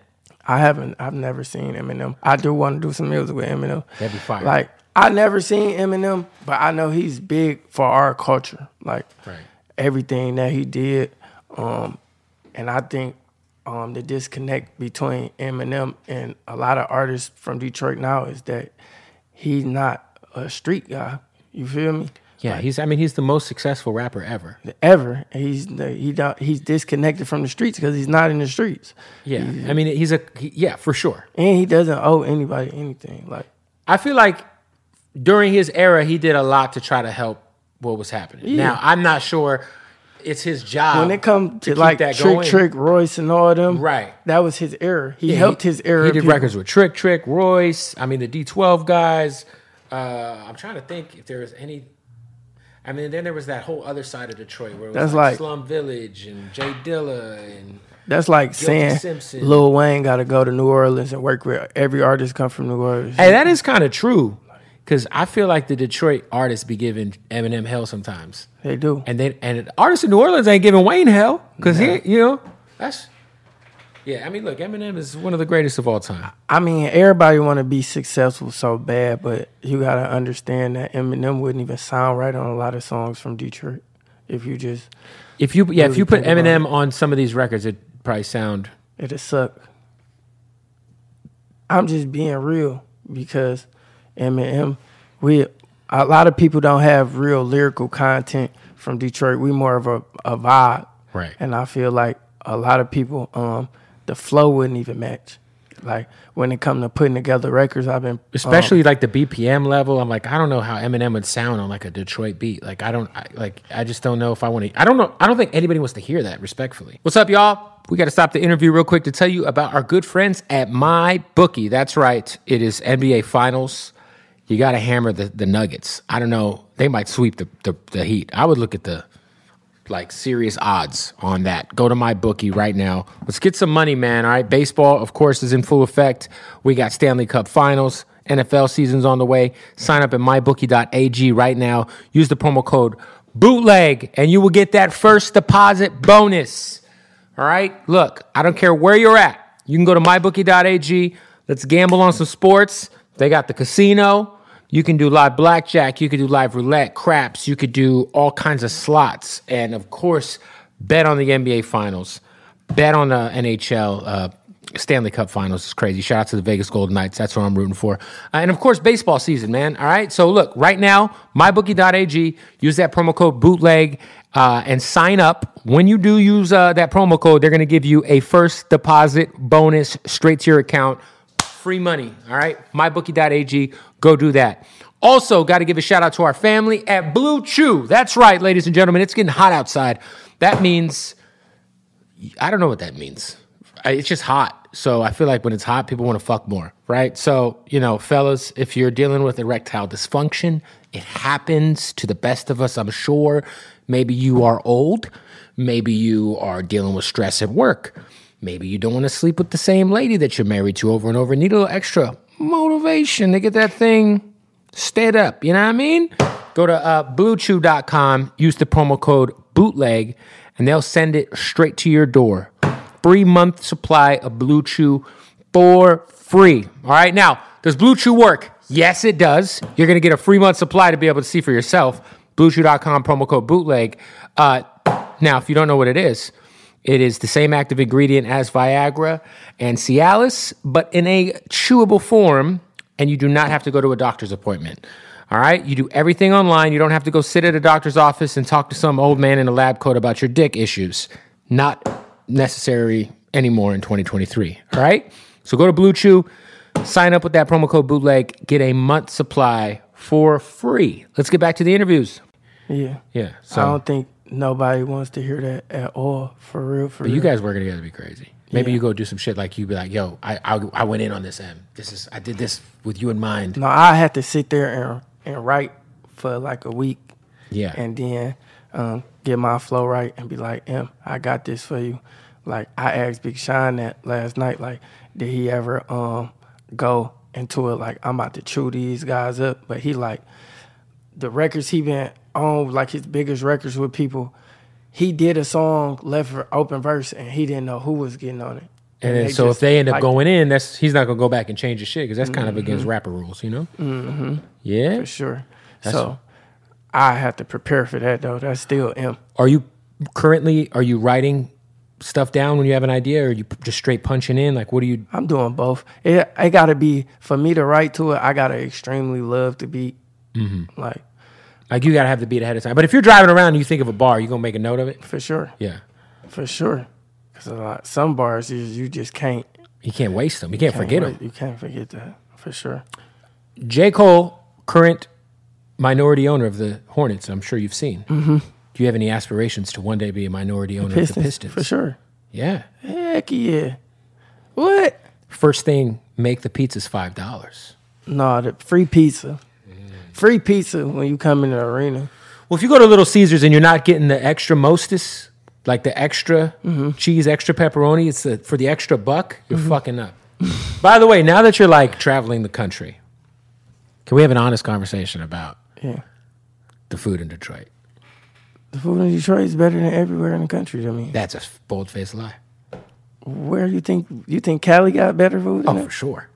[SPEAKER 3] I haven't. I've never seen Eminem. I do want to do some music with Eminem.
[SPEAKER 4] That'd be fire.
[SPEAKER 3] Like I never seen Eminem, but I know he's big for our culture. Like
[SPEAKER 4] Right.
[SPEAKER 3] everything that he did, um, and I think um the disconnect between Eminem and a lot of artists from Detroit now is that he's not a street guy. You feel me?
[SPEAKER 4] Yeah, he's. I mean, he's the most successful rapper ever.
[SPEAKER 3] ever. He's he don't, he's disconnected from the streets because he's not in the streets,
[SPEAKER 4] Yeah, I mean, he's a. he- yeah, for sure.
[SPEAKER 3] and he doesn't owe anybody anything. Like
[SPEAKER 4] I feel like during his era, he did a lot to try to help what was happening. Now, I'm not sure it's his job
[SPEAKER 3] when it comes to,
[SPEAKER 4] Uh, keep
[SPEAKER 3] like
[SPEAKER 4] that
[SPEAKER 3] Trick
[SPEAKER 4] going.
[SPEAKER 3] Trick Royce and all them,
[SPEAKER 4] Right.
[SPEAKER 3] That was his era. He
[SPEAKER 4] Yeah,
[SPEAKER 3] helped
[SPEAKER 4] he-
[SPEAKER 3] his era.
[SPEAKER 4] He did
[SPEAKER 3] people.
[SPEAKER 4] records with Trick Trick, Royce. I mean, the D12 guys. Uh, I'm trying to think if there was any. I mean, then there was that whole other side of Detroit where it was
[SPEAKER 3] That's
[SPEAKER 4] like,
[SPEAKER 3] like-
[SPEAKER 4] Slum Village and Jay Dilla and
[SPEAKER 3] That's like saying
[SPEAKER 4] Simpson.
[SPEAKER 3] Lil Wayne got to go to New Orleans and work with every artist come from New Orleans.
[SPEAKER 4] Hey, that is kind of true. Cause I feel like the Detroit artists be giving Eminem hell sometimes,
[SPEAKER 3] They do.
[SPEAKER 4] and they and artists in New Orleans ain't giving Wayne hell, cause he, you know, that's yeah. I mean, look, Eminem is one of the greatest of all time.
[SPEAKER 3] I mean, everybody want to be successful so bad, but you gotta understand that Eminem wouldn't even sound right on a lot of songs from Detroit if you just
[SPEAKER 4] If you yeah, if
[SPEAKER 3] Really
[SPEAKER 4] you put
[SPEAKER 3] think about
[SPEAKER 4] Eminem on some of these records, it would probably sound
[SPEAKER 3] It'll suck. I'm just being real because Eminem, we a lot of people don't have real lyrical content from Detroit. We more of a, a vibe.
[SPEAKER 4] Right.
[SPEAKER 3] And I feel like a lot of people, um, the flow wouldn't even match. Like when it comes to putting together records, I've been um,
[SPEAKER 4] especially like the BPM level. I'm like, I don't know how Eminem would sound on like a Detroit beat. Like, I don't I, like, I just don't know if I want to. I don't know. I don't think anybody wants to hear that. Respectfully, what's up, y'all? We got to stop the interview real quick to tell you about our good friends at My Bookie. That's right, it is NBA Finals. You got to hammer the, the Nuggets. I don't know. They might sweep the, the the Heat. I would look at the like serious odds on that. Go to my bookie right now. Let's get some money, man. All right. Baseball, of course, is in full effect. We got Stanley Cup finals. NFL season's on the way. Sign up at mybookie.ag right now. Use the promo code bootleg and you will get that first deposit bonus. All right. Look, I don't care where you're at. You can go to mybookie.ag. Let's gamble on some sports. They got the casino. You can do live blackjack. You could do live roulette, craps. You could do all kinds of slots. And of course, bet on the NBA finals. Bet on the NHL uh, Stanley Cup finals. It's crazy. Shout out to the Vegas Golden Knights. That's what I'm rooting for. Uh, and of course, baseball season, man. All right. So look, right now, mybookie.ag, use that promo code bootleg uh, and sign up. When you do use uh, that promo code, they're going to give you a first deposit bonus straight to your account free money. All right. MyBookie.ag. Go do that. Also, got to give a shout out to our family at Blue Chew. That's right, ladies and gentlemen. It's getting hot outside. That means, I don't know what that means. I- It's just hot. So I feel like when it's hot, people want to fuck more, right? So, you know, fellas, if you're dealing with erectile dysfunction, it happens to the best of us, I'm sure. Maybe you are old. Maybe you are dealing with stress at work. Maybe you don't want to sleep with the same lady that you're married to over and over. Need a little extra motivation to get that thing stayed up. You know what I mean? Go to uh, bluechew.com, use the promo code bootleg, and they'll send it straight to your door. Three month supply of Blue Chew for free. All right, now, does Blue Chew work? Yes, it does. You're going to get a free month supply to be able to see for yourself. Bluechew.com, promo code bootleg. Uh, now, if you don't know what it is, it is the same active ingredient as Viagra and Cialis, but in a chewable form, and you do not have to go to a doctor's appointment. All right, you do everything online. You don't have to go sit at a doctor's office and talk to some old man in a lab coat about your dick issues. Not necessary anymore in 2023. All right, so go to Blue Chew, sign up with that promo code bootleg, get a month supply for free. Let's get back to the interviews.
[SPEAKER 3] Yeah.
[SPEAKER 4] Yeah,
[SPEAKER 3] I
[SPEAKER 4] so
[SPEAKER 3] don't think nobody wants to hear that at all. For real, for
[SPEAKER 4] But
[SPEAKER 3] real.
[SPEAKER 4] you guys working together be crazy. Maybe you go do some shit like you be like, yo, I, I I went in on this M. This is I did this with you in mind.
[SPEAKER 3] no, I had to sit there and and write for like a week,
[SPEAKER 4] yeah.
[SPEAKER 3] and then um, get my flow right and be like, "Em, I got this for you." Like I asked Big Sean that last night. Like, did he ever um go into it? Like, I'm about to chew these guys up, but he like the records he been on, like his biggest records with people. He did a song left for open verse, and he didn't know who was getting on it.
[SPEAKER 4] and then,
[SPEAKER 3] they
[SPEAKER 4] so
[SPEAKER 3] just,
[SPEAKER 4] if they end up
[SPEAKER 3] like, Mm-hmm.
[SPEAKER 4] going in, that's he's not gonna go back and change his shit because that's kind of against rapper rules, you know. Mm-hmm. Yeah.
[SPEAKER 3] for sure. so I have to prepare for that though. That's still M.
[SPEAKER 4] Are you currently are you writing stuff down when you have an idea, or are you p- just straight punching in? Like, what do you?
[SPEAKER 3] I'm doing both. It I gotta be for me to write to it. I gotta extremely love the beat. Like
[SPEAKER 4] Like, you gotta have the beat ahead of time. But if you're driving around and you think of a bar, you gonna make a note of it.
[SPEAKER 3] for sure,
[SPEAKER 4] Yeah.
[SPEAKER 3] for sure. Because a lot some bars you, you just can't
[SPEAKER 4] You can't waste them. You can't, forget them.
[SPEAKER 3] You can't forget that for sure.
[SPEAKER 4] J. Cole, current minority owner of the Hornets, I'm sure you've seen. Mm-hmm. Do you have any aspirations to one day be a minority owner of the
[SPEAKER 3] Pistons,
[SPEAKER 4] Pistons?
[SPEAKER 3] for sure.
[SPEAKER 4] Yeah.
[SPEAKER 3] Heck yeah. What?
[SPEAKER 4] First thing, make the pizzas five dollars.
[SPEAKER 3] No, the free pizza. Free pizza when you come in the arena.
[SPEAKER 4] Well, if you go to Little Caesars and you're not getting the extra mostis, like the extra
[SPEAKER 3] Mm-hmm.
[SPEAKER 4] cheese, extra pepperoni, it's the, for the extra buck. You're fucking up. By the way, now that you're like traveling the country, can we have an honest conversation about
[SPEAKER 3] Yeah.
[SPEAKER 4] the food in Detroit?
[SPEAKER 3] The food in Detroit is better than everywhere in the country. I mean,
[SPEAKER 4] That's a bold faced lie.
[SPEAKER 3] where you think you think Cali got better food? Than
[SPEAKER 4] Oh, for sure.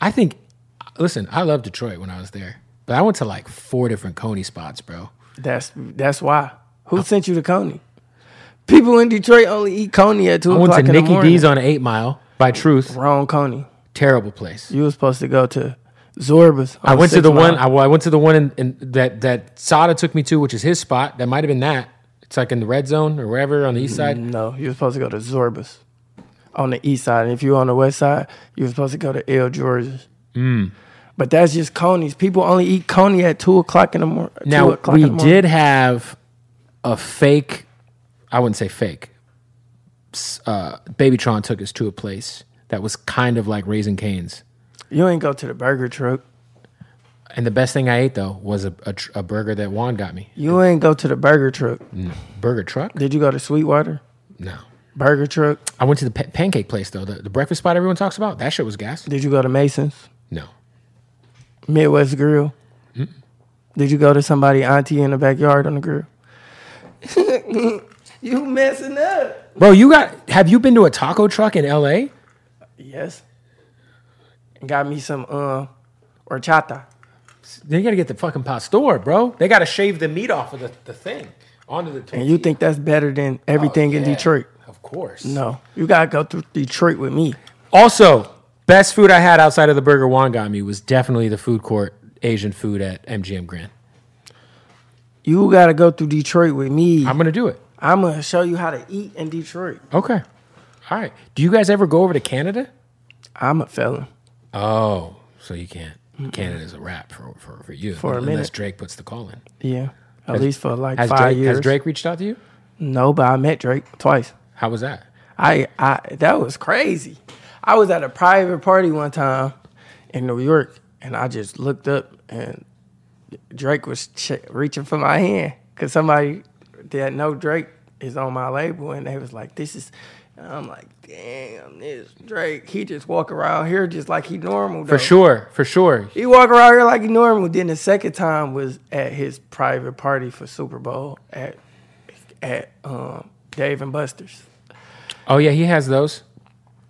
[SPEAKER 4] I think. Listen, I loved Detroit when I was there, but I went to like four different Coney spots, bro.
[SPEAKER 3] That's that's why.
[SPEAKER 4] Oh.
[SPEAKER 3] Who sent you to Coney? People in Detroit only eat Coney at two
[SPEAKER 4] I
[SPEAKER 3] o'clock
[SPEAKER 4] went to
[SPEAKER 3] in the
[SPEAKER 4] Nikki
[SPEAKER 3] morning.
[SPEAKER 4] D's on Eight Mile. By truth,
[SPEAKER 3] Wrong Coney.
[SPEAKER 4] terrible place.
[SPEAKER 3] You was supposed to go to Zorba's.
[SPEAKER 4] I
[SPEAKER 3] on
[SPEAKER 4] went to
[SPEAKER 3] Six
[SPEAKER 4] the
[SPEAKER 3] Mile.
[SPEAKER 4] one. I, well, I went to the one in, in, that that Sada took me to, which is his spot. That might have been that. It's like in the red zone or wherever on the east side.
[SPEAKER 3] no, you was supposed to go to Zorba's on the east side. And if you were on the west side, you were supposed to go to El George's.
[SPEAKER 4] Mm.
[SPEAKER 3] But that's just Coney's. People only eat Coney at two o'clock in the morning.
[SPEAKER 4] Now
[SPEAKER 3] o'clock
[SPEAKER 4] we
[SPEAKER 3] in the morning.
[SPEAKER 4] did have a fake. I wouldn't say fake. s- Uh, Babytron took us to a place that was kind of like Raising Canes.
[SPEAKER 3] You ain't go to the burger truck.
[SPEAKER 4] And the best thing I ate though was a, a, tr- a burger that Juan got me.
[SPEAKER 3] You ain't go to the burger truck.
[SPEAKER 4] Mm. Burger truck?
[SPEAKER 3] Did you go to Sweetwater?
[SPEAKER 4] No.
[SPEAKER 3] Burger truck.
[SPEAKER 4] I went to the pa- pancake place though, the, the breakfast spot everyone talks about. That shit was gas.
[SPEAKER 3] Did you go to Mason's?
[SPEAKER 4] No.
[SPEAKER 3] Midwest Grill. Did you go to somebody auntie in the backyard on the grill? you messing up.
[SPEAKER 4] Bro, you got? Have you been to a taco truck in L.A.?
[SPEAKER 3] Yes. Got me some um horchata.
[SPEAKER 4] They gotta get the fucking pastor, bro. They gotta shave the meat off of the, the thing onto the.
[SPEAKER 3] And you think that's better than everything in
[SPEAKER 4] Oh, Yeah,
[SPEAKER 3] Detroit?
[SPEAKER 4] Of course.
[SPEAKER 3] No. You gotta go through Detroit with me.
[SPEAKER 4] Also, best food I had outside of the burger Juan got me was definitely the food court Asian food at MGM Grand.
[SPEAKER 3] You gotta go through Detroit with me.
[SPEAKER 4] I'm gonna do it.
[SPEAKER 3] I'm gonna show you how to eat in Detroit.
[SPEAKER 4] Okay. All right. Do you guys ever go over to Canada?
[SPEAKER 3] I'm a felon.
[SPEAKER 4] Oh, so you can't. Canada's a wrap for, for, for you.
[SPEAKER 3] For a
[SPEAKER 4] unless
[SPEAKER 3] minute.
[SPEAKER 4] Drake puts the call in.
[SPEAKER 3] Yeah. At least for like
[SPEAKER 4] Has
[SPEAKER 3] five
[SPEAKER 4] Drake,
[SPEAKER 3] years.
[SPEAKER 4] has Drake reached out to you?
[SPEAKER 3] No, but I met Drake twice.
[SPEAKER 4] How was that?
[SPEAKER 3] I, I that was crazy. I was at a private party one time in New York, and I just looked up, and Drake was che reaching for my hand because somebody that know Drake is on my label, and they was like, "This is." and I'm like, "Damn, this Drake. He just walk around here just like he normal."
[SPEAKER 4] For sure, for sure.
[SPEAKER 3] He walk around here like he normal. Then the second time was at his private party for Super Bowl at at um, Dave and Buster's.
[SPEAKER 4] Oh yeah, he has those.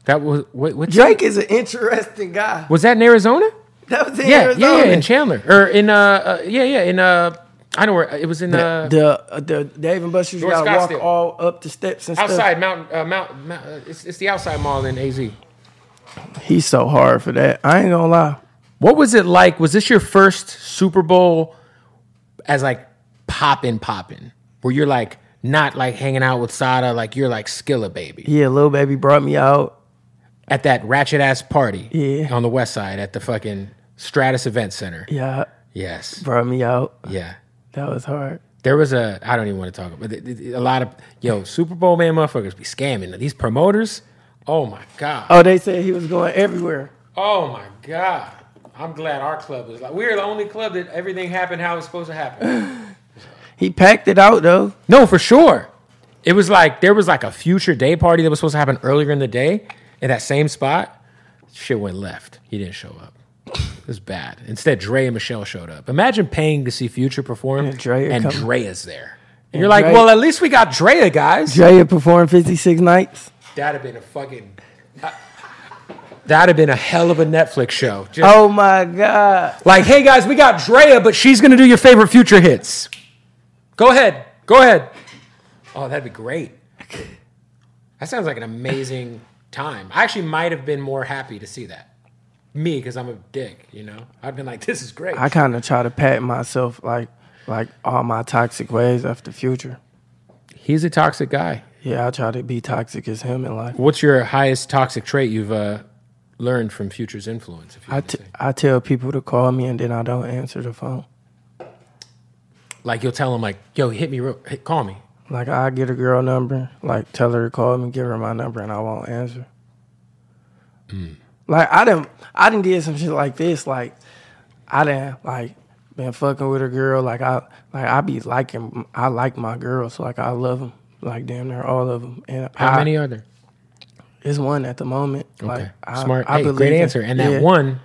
[SPEAKER 4] That was what? What's
[SPEAKER 3] Drake is an interesting guy.
[SPEAKER 4] was that in Arizona?
[SPEAKER 3] That was in
[SPEAKER 4] Yeah,
[SPEAKER 3] Arizona.
[SPEAKER 4] yeah, yeah, in Chandler or in uh, uh yeah, yeah, in uh, I know where it was in uh,
[SPEAKER 3] the uh, the Dave and Buster's you
[SPEAKER 4] North
[SPEAKER 3] gotta walk
[SPEAKER 4] Scottsdale.
[SPEAKER 3] all up the steps and
[SPEAKER 4] outside Mountain uh, Mount. Mount uh, it's, it's the outside mall in AZ.
[SPEAKER 3] stuff. He's so hard for that. I ain't gonna lie.
[SPEAKER 4] What was it like? Was this your first Super Bowl as like poppin' poppin'? Where you're like not like hanging out with Sada, like you're like Skilla baby
[SPEAKER 3] Yeah, little baby brought me out.
[SPEAKER 4] at that ratchet ass party
[SPEAKER 3] Yeah.
[SPEAKER 4] on the west side at the fucking Stratus Event Center.
[SPEAKER 3] Yeah,
[SPEAKER 4] Yes.
[SPEAKER 3] brought me out.
[SPEAKER 4] Yeah.
[SPEAKER 3] That was hard.
[SPEAKER 4] There was a I don't even want to talk about it, a lot of yo Super Bowl man motherfuckers be scamming these promoters. Oh my god.
[SPEAKER 3] Oh, they said he was going everywhere.
[SPEAKER 4] Oh my god. I'm glad our club was like we're the only club that everything happened how it's supposed to happen.
[SPEAKER 3] He packed it out though.
[SPEAKER 4] No, for sure. It was like there was like a future day party that was supposed to happen earlier in the day in that same spot. Shit went left. He didn't show up. It was bad. Instead, Dre and Michelle showed up. Imagine paying to see Future perform
[SPEAKER 3] And Dre
[SPEAKER 4] and
[SPEAKER 3] come-
[SPEAKER 4] Dre is there. And you're like,
[SPEAKER 3] Dre-
[SPEAKER 4] well, at least we got Drea, guys.
[SPEAKER 3] Jay had performed 56 nights.
[SPEAKER 4] That'd have been a fucking. uh, That'd have been a hell of a Netflix show. Just
[SPEAKER 3] Oh my god.
[SPEAKER 4] Like, hey guys, we got Drea, but she's gonna do your favorite future hits. Go ahead, go ahead. Oh, that'd be great. That sounds like an amazing time. I actually might have been more happy to see that. Me, because I'm a dick, you know. I've been like, this is great.
[SPEAKER 3] I kind of try to pat myself like like all my toxic ways after future.
[SPEAKER 4] He's a toxic guy.
[SPEAKER 3] Yeah, I try to be toxic as him in life.
[SPEAKER 4] What's your highest toxic trait you've uh, learned from Future's influence? If you
[SPEAKER 3] I,
[SPEAKER 4] had to
[SPEAKER 3] t-
[SPEAKER 4] say?
[SPEAKER 3] I tell people to call me and then I don't answer the phone.
[SPEAKER 4] like, you'll tell him like, yo, hit me, real, hit, call me.
[SPEAKER 3] Like I get a girl number, like tell her to call me, give her my number, and I won't answer.
[SPEAKER 4] Mm.
[SPEAKER 3] Like I didn't, I didn't did some shit like this. Like I didn't like been fucking with a girl. Like I, like I be liking, I like my girls. Like I love them. Like damn near all of them. And
[SPEAKER 4] How
[SPEAKER 3] I,
[SPEAKER 4] many are there?
[SPEAKER 3] It's one at the moment.
[SPEAKER 4] Okay.
[SPEAKER 3] Like I,
[SPEAKER 4] Smart.
[SPEAKER 3] I
[SPEAKER 4] Hey,
[SPEAKER 3] believe
[SPEAKER 4] great
[SPEAKER 3] in-
[SPEAKER 4] answer. And that
[SPEAKER 3] yeah,
[SPEAKER 4] one,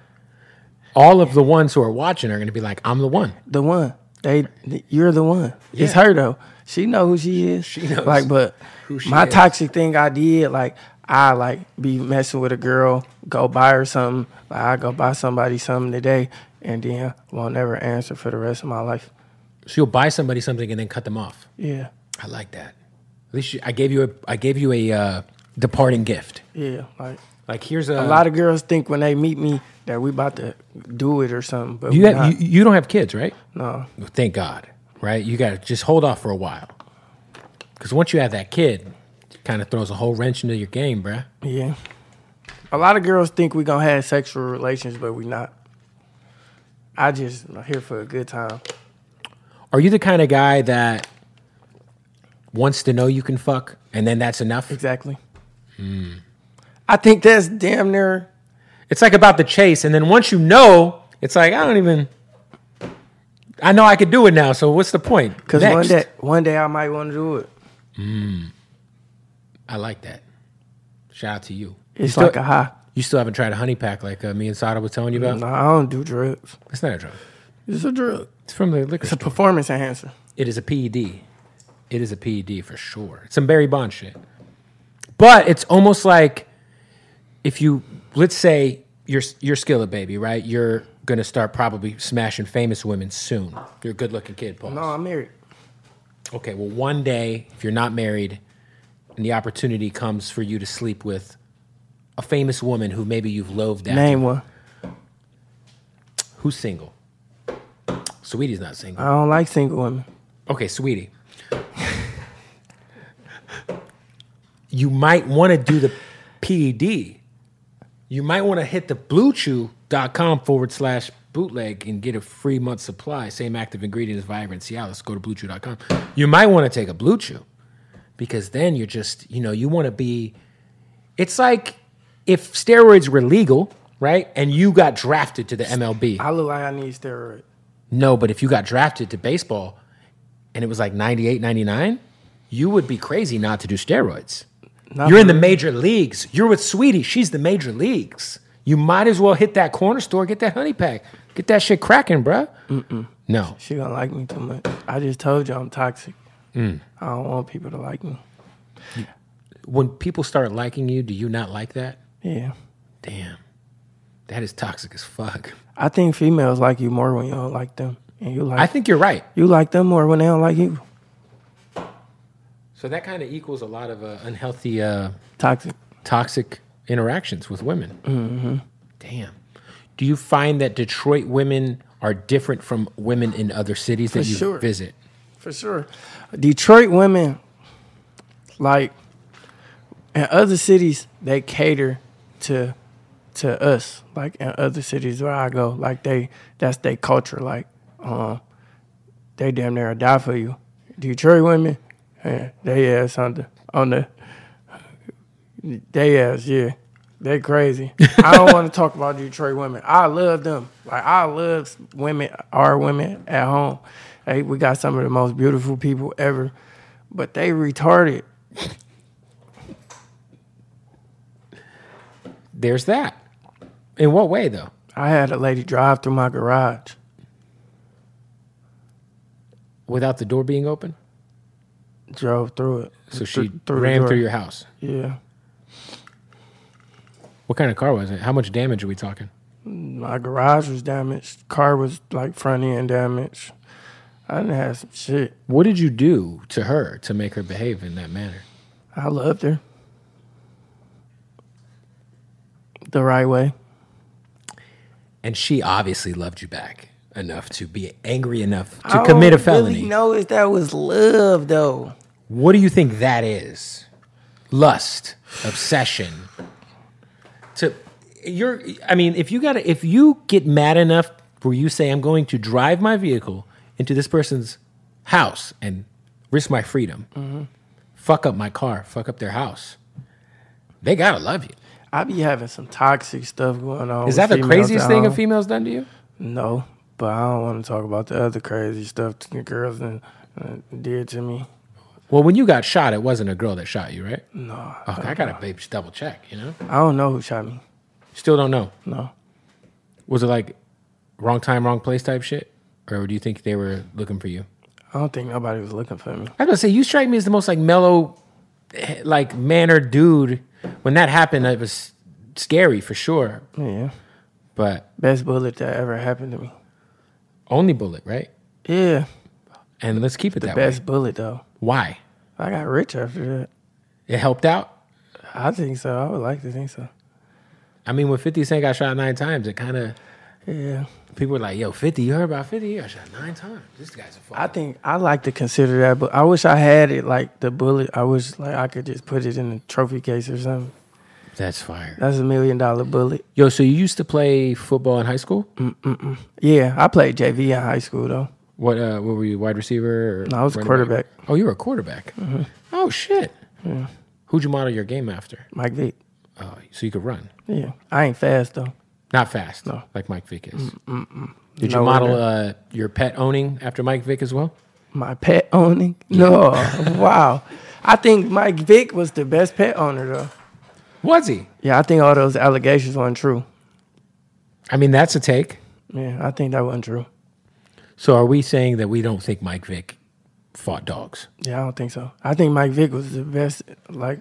[SPEAKER 4] all of the ones who are watching are going to be like, I'm the one.
[SPEAKER 3] the one. They, you're the one. It's
[SPEAKER 4] Yeah.
[SPEAKER 3] her though. She know who she is. She
[SPEAKER 4] knows
[SPEAKER 3] Like, but
[SPEAKER 4] she
[SPEAKER 3] my
[SPEAKER 4] is.
[SPEAKER 3] toxic thing I did, like, I like be messing with a girl, go buy her something. Like, I go buy somebody something today, and then won't never answer for the rest of my life.
[SPEAKER 4] So you'll buy somebody something and then cut them off.
[SPEAKER 3] Yeah,
[SPEAKER 4] I like that. At least you, I gave you a I gave you a uh, departing gift.
[SPEAKER 3] yeah. Like
[SPEAKER 4] Like here's a,
[SPEAKER 3] a lot of girls think when they meet me that we about to do it or something, but
[SPEAKER 4] you,
[SPEAKER 3] we
[SPEAKER 4] have,
[SPEAKER 3] not.
[SPEAKER 4] you. You don't have kids, right?
[SPEAKER 3] no.
[SPEAKER 4] Well, Thank God, right? You got to just hold off for a while, because once you have that kid, it kind of throws a whole wrench into your game, bruh.
[SPEAKER 3] Yeah. A lot of girls think we gonna have sexual relations, but we not. I just am here for a good time.
[SPEAKER 4] Are you the kind of guy that wants to know you can fuck and then that's enough?
[SPEAKER 3] Exactly. Hmm. I think that's damn near.
[SPEAKER 4] It's like about the chase, and then once you know, it's like I don't even. I know I could do it now, so what's the point?
[SPEAKER 3] Cause one
[SPEAKER 4] Next.
[SPEAKER 3] day, one day I might want to do it.
[SPEAKER 4] I like that. Shout out to you.
[SPEAKER 3] It's
[SPEAKER 4] still-
[SPEAKER 3] like a high.
[SPEAKER 4] You still haven't tried a honey pack like uh, me and Sada was telling you about?
[SPEAKER 3] No, I don't do drugs.
[SPEAKER 4] It's not a drug.
[SPEAKER 3] It's a drug.
[SPEAKER 4] It's from the liquor.
[SPEAKER 3] It's a
[SPEAKER 4] store.
[SPEAKER 3] performance enhancer.
[SPEAKER 4] It is a PED. It is a PED for sure. It's some Barry Bond shit. But it's almost like if you let's say you're you're skillet baby, right? You're gonna start probably smashing famous women soon. You're a good looking kid, Paul.
[SPEAKER 3] No, I'm married.
[SPEAKER 4] Okay, well, one day, if you're not married, and the opportunity comes for you to sleep with a famous woman who maybe you've loathed after,
[SPEAKER 3] Name one.
[SPEAKER 4] who's single? Sweetie's not single.
[SPEAKER 3] I don't like single women.
[SPEAKER 4] Okay, sweetie. you might want to do the PED E you might want to hit the bluechew.com forward slash bootleg and get a free month supply. Same active ingredients, Vibrant Cialis. Go to bluechew.com. You might want to take a blue chew because then you're just, you know, you want to be. It's like if steroids were legal, right? And you got drafted to the MLB.
[SPEAKER 3] I look like I need steroids.
[SPEAKER 4] No, but if you got drafted to baseball and it was like 98, 99, you would be crazy not to do steroids.
[SPEAKER 3] Not
[SPEAKER 4] You're in the
[SPEAKER 3] really.
[SPEAKER 4] major leagues. You're with Sweetie. She's the major leagues. You might as well hit that corner store, get that honey pack, get that shit cracking, bruh. No.
[SPEAKER 3] She don't like me too much. I just told you I'm toxic. I don't want people to like me.
[SPEAKER 4] When people start liking you, do you not like that?
[SPEAKER 3] Yeah.
[SPEAKER 4] Damn. That is toxic as fuck.
[SPEAKER 3] I think females like you more when you don't like them. And you like
[SPEAKER 4] I think you're right.
[SPEAKER 3] you like them more when they don't like you.
[SPEAKER 4] So that kind of equals a lot of uh, unhealthy uh,
[SPEAKER 3] Toxic.
[SPEAKER 4] toxic interactions with women. Mm-hmm. Damn. Do you find that Detroit women are different from women in other cities that
[SPEAKER 3] For
[SPEAKER 4] you
[SPEAKER 3] sure.
[SPEAKER 4] visit?
[SPEAKER 3] For sure. Detroit women, like in other cities, they cater to to us. Like in other cities where I go, like they that's their culture. Like um, they damn near die for you. Detroit women, eh, they ass on the on the they ass yeah. They crazy. I don't want to talk about Detroit women. I love them. Like I love women, our women at home. Hey, we got some of the most beautiful people ever, but they retarded.
[SPEAKER 4] There's that. In what way, though?
[SPEAKER 3] I had a lady drive through my garage.
[SPEAKER 4] Without the door being open?
[SPEAKER 3] Drove through it.
[SPEAKER 4] So she
[SPEAKER 3] Th- the
[SPEAKER 4] ran
[SPEAKER 3] door.
[SPEAKER 4] through your house.
[SPEAKER 3] Yeah,
[SPEAKER 4] What kind of car was it? How much damage are we talking?
[SPEAKER 3] my garage was damaged. Car was like front end damaged. I done had some shit.
[SPEAKER 4] What did you do to her to make her behave in that manner?
[SPEAKER 3] I loved her. The right way.
[SPEAKER 4] And she obviously loved you back enough to be angry enough
[SPEAKER 3] I
[SPEAKER 4] to commit a
[SPEAKER 3] don't Oh, really
[SPEAKER 4] felony.
[SPEAKER 3] know if that was love though.
[SPEAKER 4] What do you think that is? Lust, obsession. To you're I mean, if you got to if you get mad enough where you say I'm going to drive my vehicle into this person's house and risk my freedom.
[SPEAKER 3] Mm-hmm.
[SPEAKER 4] Fuck up my car, fuck up their house. They got to love you.
[SPEAKER 3] I be having some toxic stuff going on.
[SPEAKER 4] Is
[SPEAKER 3] with
[SPEAKER 4] that the
[SPEAKER 3] females
[SPEAKER 4] craziest
[SPEAKER 3] at
[SPEAKER 4] thing a
[SPEAKER 3] home.
[SPEAKER 4] female's done to you?
[SPEAKER 3] No, but I don't want to talk about the other crazy stuff that the girls done, uh, did to me.
[SPEAKER 4] Well, when you got shot, it wasn't a girl that shot you, right?
[SPEAKER 3] No,
[SPEAKER 4] Okay, I got to baby double check, you know?
[SPEAKER 3] I don't know who shot me.
[SPEAKER 4] Still don't know.
[SPEAKER 3] No,
[SPEAKER 4] Was it like wrong time, wrong place type shit? Or do you think they were looking for you?
[SPEAKER 3] I don't think nobody was looking for me.
[SPEAKER 4] I was gonna say you strike me as the most like mellow, eh, like mannered dude. When that happened, it was scary for sure.
[SPEAKER 3] Yeah,
[SPEAKER 4] But
[SPEAKER 3] best bullet that ever happened to me.
[SPEAKER 4] only bullet, right?
[SPEAKER 3] Yeah,
[SPEAKER 4] And let's keep it that
[SPEAKER 3] best
[SPEAKER 4] way.
[SPEAKER 3] bullet though.
[SPEAKER 4] Why?
[SPEAKER 3] I got rich after that.
[SPEAKER 4] It helped out.
[SPEAKER 3] I think so. I would like to think so.
[SPEAKER 4] I mean, when Fifty Cent got shot nine times, it kind of
[SPEAKER 3] Yeah,
[SPEAKER 4] people were like, "Yo, Fifty, you heard about Fifty? He got shot nine times. This guy's a fuck."
[SPEAKER 3] I think I like to consider that, but I wish I had it like the bullet. I wish like I could just put it in a trophy case or something.
[SPEAKER 4] that's fire.
[SPEAKER 3] That's a million dollar bullet.
[SPEAKER 4] Yo, so you used to play football in high school?
[SPEAKER 3] Yeah, I played JV in high school though.
[SPEAKER 4] What? Uh, what were you? Wide receiver? Or
[SPEAKER 3] No, I was a
[SPEAKER 4] running back?
[SPEAKER 3] quarterback. Mm-hmm.
[SPEAKER 4] Oh, you were a quarterback. Oh shit. Who'd you model your game after?
[SPEAKER 3] Mike Vick.
[SPEAKER 4] Oh, so you could run.
[SPEAKER 3] Yeah, I ain't fast though.
[SPEAKER 4] Not fast,
[SPEAKER 3] No.
[SPEAKER 4] like Mike Vick is. Did you
[SPEAKER 3] No,
[SPEAKER 4] model
[SPEAKER 3] we're
[SPEAKER 4] uh, your pet owning after Mike Vick as well?
[SPEAKER 3] My pet owning? No, wow. I think Mike Vick was the best pet owner though.
[SPEAKER 4] Was he?
[SPEAKER 3] Yeah, I think all those allegations weren't true.
[SPEAKER 4] I mean, that's a take.
[SPEAKER 3] Yeah, I think that wasn't true.
[SPEAKER 4] So are we saying that we don't think Mike Vick fought dogs?
[SPEAKER 3] Yeah, I don't think so. I think Mike Vick was the best like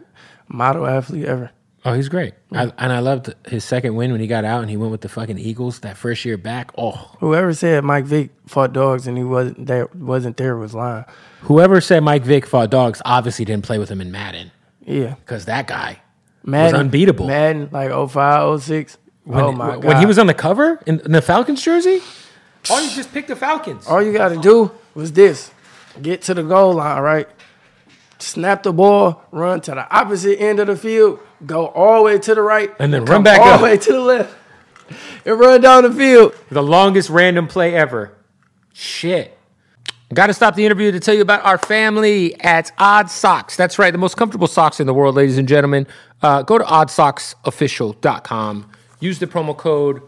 [SPEAKER 3] model athlete ever.
[SPEAKER 4] Oh, he's great.
[SPEAKER 3] Mm.
[SPEAKER 4] I, and I loved his second win when he got out and he went with the fucking Eagles that first year back. Oh,
[SPEAKER 3] Whoever said Mike Vick fought dogs and he wasn't there, wasn't there was lying.
[SPEAKER 4] whoever said Mike Vick fought dogs obviously didn't play with him in Madden
[SPEAKER 3] Yeah,
[SPEAKER 4] because that guy.
[SPEAKER 3] Madden
[SPEAKER 4] unbeatable.
[SPEAKER 3] Madden like 05, 06.
[SPEAKER 4] When,
[SPEAKER 3] oh my god!
[SPEAKER 4] when he was on the cover in, in the Falcons jersey, oh, you just picked the Falcons.
[SPEAKER 3] All you got to do was this: get to the goal line, right? snap the ball, run to the opposite end of the field, go all the way to the right,
[SPEAKER 4] And then run
[SPEAKER 3] come
[SPEAKER 4] back
[SPEAKER 3] all
[SPEAKER 4] up.
[SPEAKER 3] the way to the left, and run down the field.
[SPEAKER 4] The longest random play ever. Shit. Got to stop the interview to tell you about our family at Odd Socks. That's right, the most comfortable socks in the world, ladies and gentlemen. Uh, go to oddsocksofficial.com. Use the promo code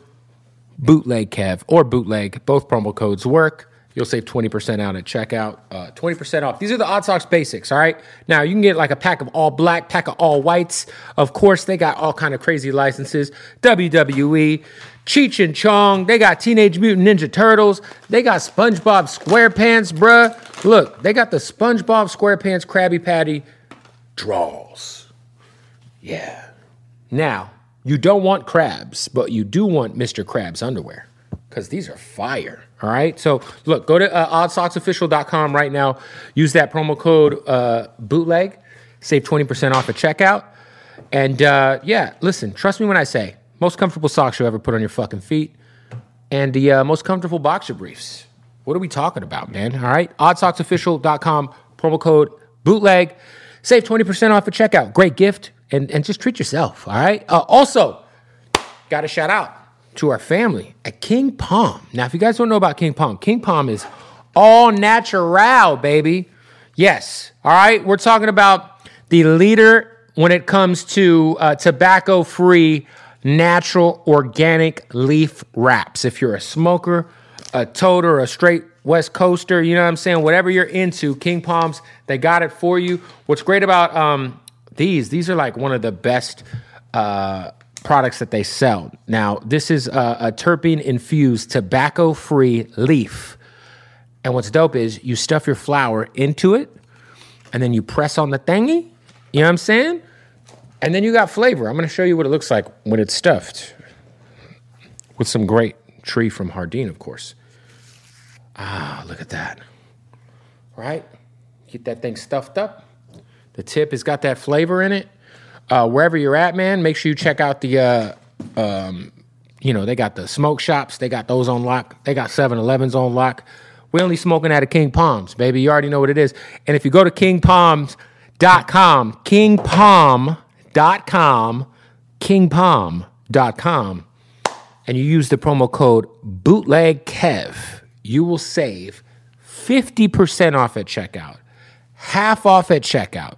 [SPEAKER 4] bootlegkev or bootleg. Both promo codes work. You'll save 20% out at checkout. Uh, 20% off. These are the Odd Socks basics, all right? Now, you can get like a pack of all black, pack of all whites. Of course, they got all kind of crazy licenses. WWE, Cheech and Chong. They got Teenage Mutant Ninja Turtles. They got SpongeBob SquarePants, bruh. Look, they got the SpongeBob SquarePants Krabby Patty draws. Yeah. Now, you don't want crabs, but you do want Mr. Krabs underwear because these are fire. All right. So look, go to uh, oddsocksofficial.com right now. Use that promo code uh, bootleg. Save 20% off at checkout. And uh, yeah, listen, trust me when I say most comfortable socks you'll ever put on your fucking feet and the uh, most comfortable boxer briefs. What are we talking about, man? All right. Oddsocksofficial.com, promo code bootleg. Save 20% off at checkout. Great gift. And, and just treat yourself. All right. Uh, also, got a shout out to our family at King Palm. Now, if you guys don't know about King Palm, King Palm is all natural, baby. Yes. All right. We're talking about the leader when it comes to uh, tobacco free, natural, organic leaf wraps. If you're a smoker, a toter, a straight West Coaster, you know what I'm saying? Whatever you're into, King Palms, they got it for you. What's great about um, these, these are like one of the best uh, products that they sell. Now, this is a, a terpene infused tobacco free leaf. And what's dope is you stuff your flower into it and then you press on the thingy. You know what I'm saying? And then you got flavor. I'm going to show you what it looks like when it's stuffed with some great tree from Hardin, of course. Ah, look at that. All right? Get that thing stuffed up. The tip has got that flavor in it. Uh, wherever you're at, man, make sure you check out the, uh, um, you know, they got the smoke shops. They got those on lock. They got 7 Elevens on lock. we only smoking out of King Palms, baby. You already know what it is. And if you go to kingpalms.com, kingpalm.com, kingpalm.com, and you use the promo code bootlegkev, you will save 50% off at checkout, half off at checkout,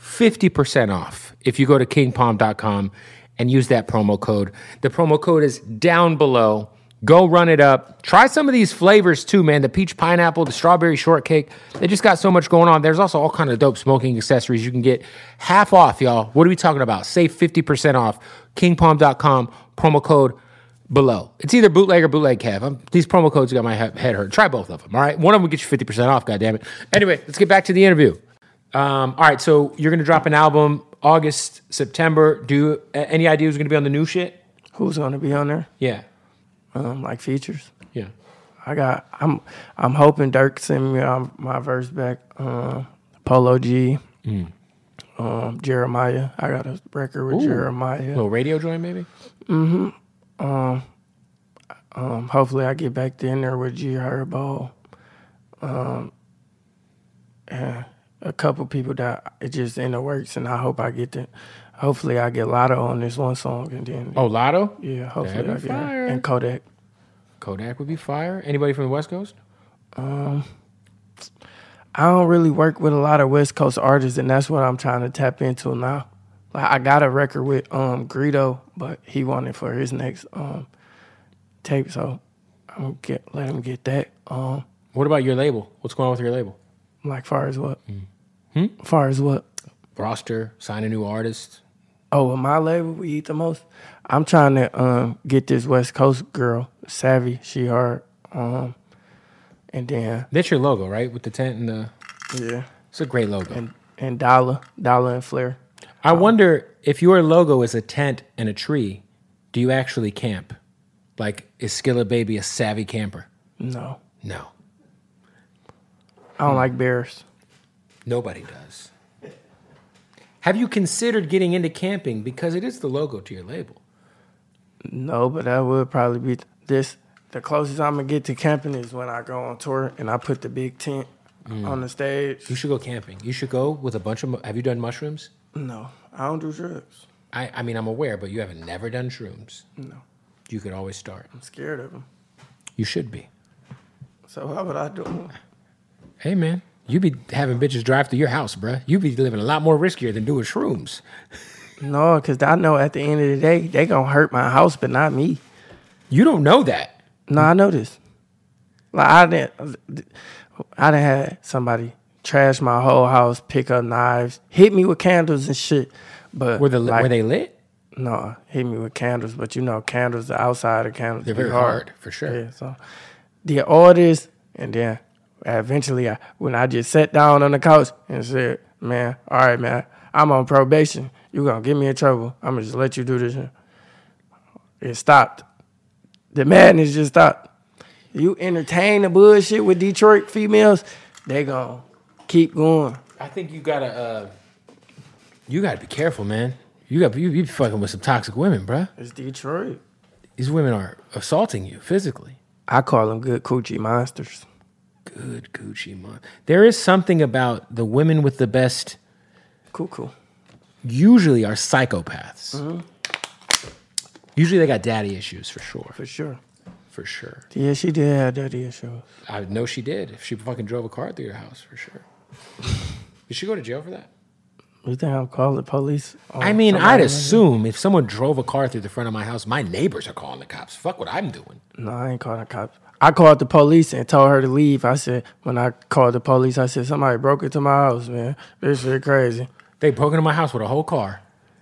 [SPEAKER 4] 50% off if you go to kingpalm.com and use that promo code. The promo code is down below. Go run it up. Try some of these flavors too, man. The peach pineapple, the strawberry shortcake. They just got so much going on. There's also all kind of dope smoking accessories you can get half off, y'all. What are we talking about? Save 50% off. Kingpalm.com, promo code below. It's either bootleg or bootleg Kev. I'm, these promo codes got my he- head hurt. Try both of them. All right, one of them gets you fifty percent off. God damn it. Anyway, let's get back to the interview. Um, all right, so you're gonna drop an album August, September. Do you, a- any idea who's gonna be on the new shit?
[SPEAKER 3] Who's gonna be on there?
[SPEAKER 4] Yeah,
[SPEAKER 3] Um, like features.
[SPEAKER 4] yeah.
[SPEAKER 3] I got. I'm. I'm hoping Dirk send me um, my verse back. Um, Polo G.
[SPEAKER 4] Mm.
[SPEAKER 3] Um, Jeremiah. I got a record with Jeremiah.
[SPEAKER 4] little radio joint maybe.
[SPEAKER 3] Um, hopefully, I get back in there with G Herbo. Um, and a couple people that it just in the works, and I hope I get to. Hopefully, I get Lotto on this one song, and then
[SPEAKER 4] Oh, Lotto.
[SPEAKER 3] yeah, hopefully
[SPEAKER 4] that'd
[SPEAKER 3] I
[SPEAKER 4] be
[SPEAKER 3] get her.
[SPEAKER 4] fire.
[SPEAKER 3] and Kodak.
[SPEAKER 4] Kodak would be fire. Anybody from the West Coast?
[SPEAKER 3] I don't really work with a lot of West Coast artists, and that's what I'm trying to tap into now. Like I got a record with um Greedo, but he wanted for his next um tape, so I'm gonna get let him get that. Um,
[SPEAKER 4] What about your label? What's going on with your label?
[SPEAKER 3] like far as what? Hmm? Far as what?
[SPEAKER 4] Roster, sign a new artist.
[SPEAKER 3] Oh, well, my label, we eat the most. I'm trying to um, get this West Coast girl, Savvy. She hard. Um, and then
[SPEAKER 4] That's your logo, right? With the tent and the.
[SPEAKER 3] yeah,
[SPEAKER 4] It's a great logo.
[SPEAKER 3] and and Dollar, Dollar and Flair.
[SPEAKER 4] I wonder if your logo is a tent and a tree, do you actually camp? Like, is Skillet Baby a savvy camper?
[SPEAKER 3] No,
[SPEAKER 4] No,
[SPEAKER 3] I don't like bears.
[SPEAKER 4] nobody does. Have you considered getting into camping because it is the logo to your label?
[SPEAKER 3] No, but that would probably be this. The closest I'm gonna get to camping is when I go on tour and I put the big tent on the stage.
[SPEAKER 4] Mm. You should go camping. You should go with a bunch of. mu- Have you done mushrooms?
[SPEAKER 3] No, I don't do drugs.
[SPEAKER 4] I, I mean, I'm aware, but you haven't never done shrooms.
[SPEAKER 3] No,
[SPEAKER 4] You could always start.
[SPEAKER 3] I'm scared of them.
[SPEAKER 4] You should be.
[SPEAKER 3] So how would I do 'em?
[SPEAKER 4] Hey, man, you be having bitches drive through your house, bruh. You be living a lot more riskier than doing shrooms.
[SPEAKER 3] No, because I know at the end of the day, they gonna hurt my house, but not me.
[SPEAKER 4] You don't know that.
[SPEAKER 3] No, I know this. Like I didn't, I didn't have somebody trash my whole house, pick up knives, hit me with candles and shit. But
[SPEAKER 4] Were, the,
[SPEAKER 3] like,
[SPEAKER 4] were they lit?
[SPEAKER 3] No, hit me with candles, but you know, candles, the outside of candles,
[SPEAKER 4] They're
[SPEAKER 3] be
[SPEAKER 4] very hard, for sure.
[SPEAKER 3] Yeah, so did all this, and then eventually, I, when I just sat down on the couch and said, "Man, all right, man, I'm on probation. You gonna get me in trouble? I'm gonna just let you do this." It stopped. The madness just stopped. You entertain the bullshit with Detroit females, they gonna keep going.
[SPEAKER 4] I think you gotta. Uh, you gotta be careful, man. You got you, you be fucking with some toxic women, bruh.
[SPEAKER 3] It's Detroit.
[SPEAKER 4] These women are assaulting you physically.
[SPEAKER 3] I call them good coochie monsters.
[SPEAKER 4] Good Gucci month. There is something about the women with the best
[SPEAKER 3] Cuckoo.
[SPEAKER 4] usually are psychopaths. Usually they got daddy issues for sure.
[SPEAKER 3] For sure.
[SPEAKER 4] For sure.
[SPEAKER 3] Yeah, she did have daddy issues.
[SPEAKER 4] I know she did. If she fucking drove a car through your house, for sure. Did she go to jail for that?
[SPEAKER 3] You think I'm calling the police? on
[SPEAKER 4] I mean,
[SPEAKER 3] somebody
[SPEAKER 4] I'd
[SPEAKER 3] like
[SPEAKER 4] assume if someone drove a car through the front of my house, my neighbors are calling the cops. Fuck what I'm doing.
[SPEAKER 3] that? No, I ain't calling the cops. I called the police and told her to leave. I said, when I called the police, I said, somebody broke into my house, man. This shit crazy.
[SPEAKER 4] They broke into my house with a whole car.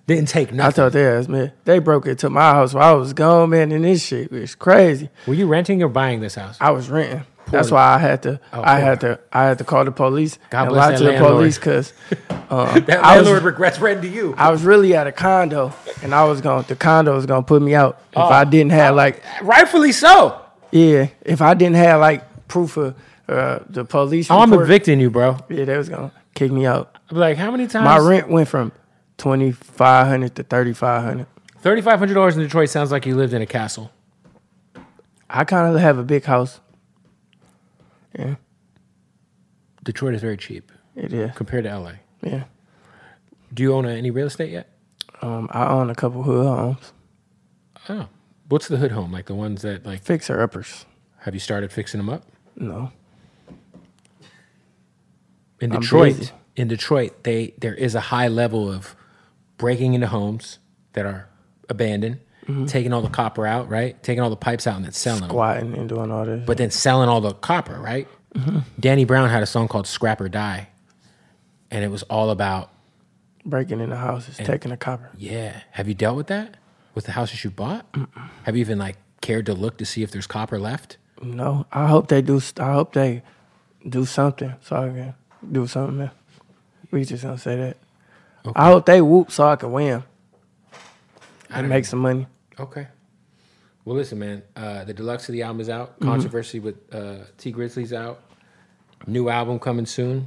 [SPEAKER 4] Didn't take
[SPEAKER 3] I
[SPEAKER 4] nothing.
[SPEAKER 3] told their ass, man, they broke into my house while I was gone, man, and this shit was crazy.
[SPEAKER 4] Were you renting or buying this house?
[SPEAKER 3] I was renting. That's why I had to,
[SPEAKER 4] Oh,
[SPEAKER 3] I
[SPEAKER 4] poor.
[SPEAKER 3] had to, I had to call the police
[SPEAKER 4] God
[SPEAKER 3] and
[SPEAKER 4] bless
[SPEAKER 3] lie
[SPEAKER 4] that
[SPEAKER 3] to the
[SPEAKER 4] landlord.
[SPEAKER 3] police because
[SPEAKER 4] that
[SPEAKER 3] I was-
[SPEAKER 4] landlord regrets renting to you.
[SPEAKER 3] I was really at a condo and I was going, to the condo was going to put me out
[SPEAKER 4] Oh.
[SPEAKER 3] if I didn't have like
[SPEAKER 4] Rightfully so.
[SPEAKER 3] Yeah, if I didn't have like proof of uh, the police,
[SPEAKER 4] I'm
[SPEAKER 3] report,
[SPEAKER 4] evicting you, bro.
[SPEAKER 3] Yeah, they was gonna kick me out.
[SPEAKER 4] I'm like, how many times?
[SPEAKER 3] My rent went from twenty five hundred to thirty five hundred.
[SPEAKER 4] Thirty-five hundred dollars in Detroit sounds like you lived in a castle.
[SPEAKER 3] I kind of have a big house. Yeah,
[SPEAKER 4] Detroit is very cheap
[SPEAKER 3] it is.
[SPEAKER 4] compared to LA.
[SPEAKER 3] Yeah,
[SPEAKER 4] Do you own uh, any real estate yet?
[SPEAKER 3] um, I own a couple hood homes,
[SPEAKER 4] Oh, what's the hood home like? The ones that like
[SPEAKER 3] fixer uppers.
[SPEAKER 4] have you started fixing them up
[SPEAKER 3] No,
[SPEAKER 4] in
[SPEAKER 3] I'm
[SPEAKER 4] Detroit?
[SPEAKER 3] busy.
[SPEAKER 4] In Detroit, they there is a high level of breaking into homes that are abandoned,
[SPEAKER 3] Mm-hmm.
[SPEAKER 4] taking all the copper out, right? Taking all the pipes out and then selling them,
[SPEAKER 3] squatting and doing all this.
[SPEAKER 4] but then selling all the copper, right? Danny Brown had a song called "Scrap or Die," and it was all about
[SPEAKER 3] breaking in the houses, taking a copper.
[SPEAKER 4] Yeah. Have you dealt with that? With the houses you bought? Have you even like cared to look to see if there's copper left?
[SPEAKER 3] No, I hope they do. s- I hope they do something so I can do something. Else. We just don't say that. I hope they whoop so I can win and make some money.
[SPEAKER 4] Okay. Well, listen, man. Uh, the deluxe of the album is out. Controversy with uh, T Grizzly's out. New album coming soon.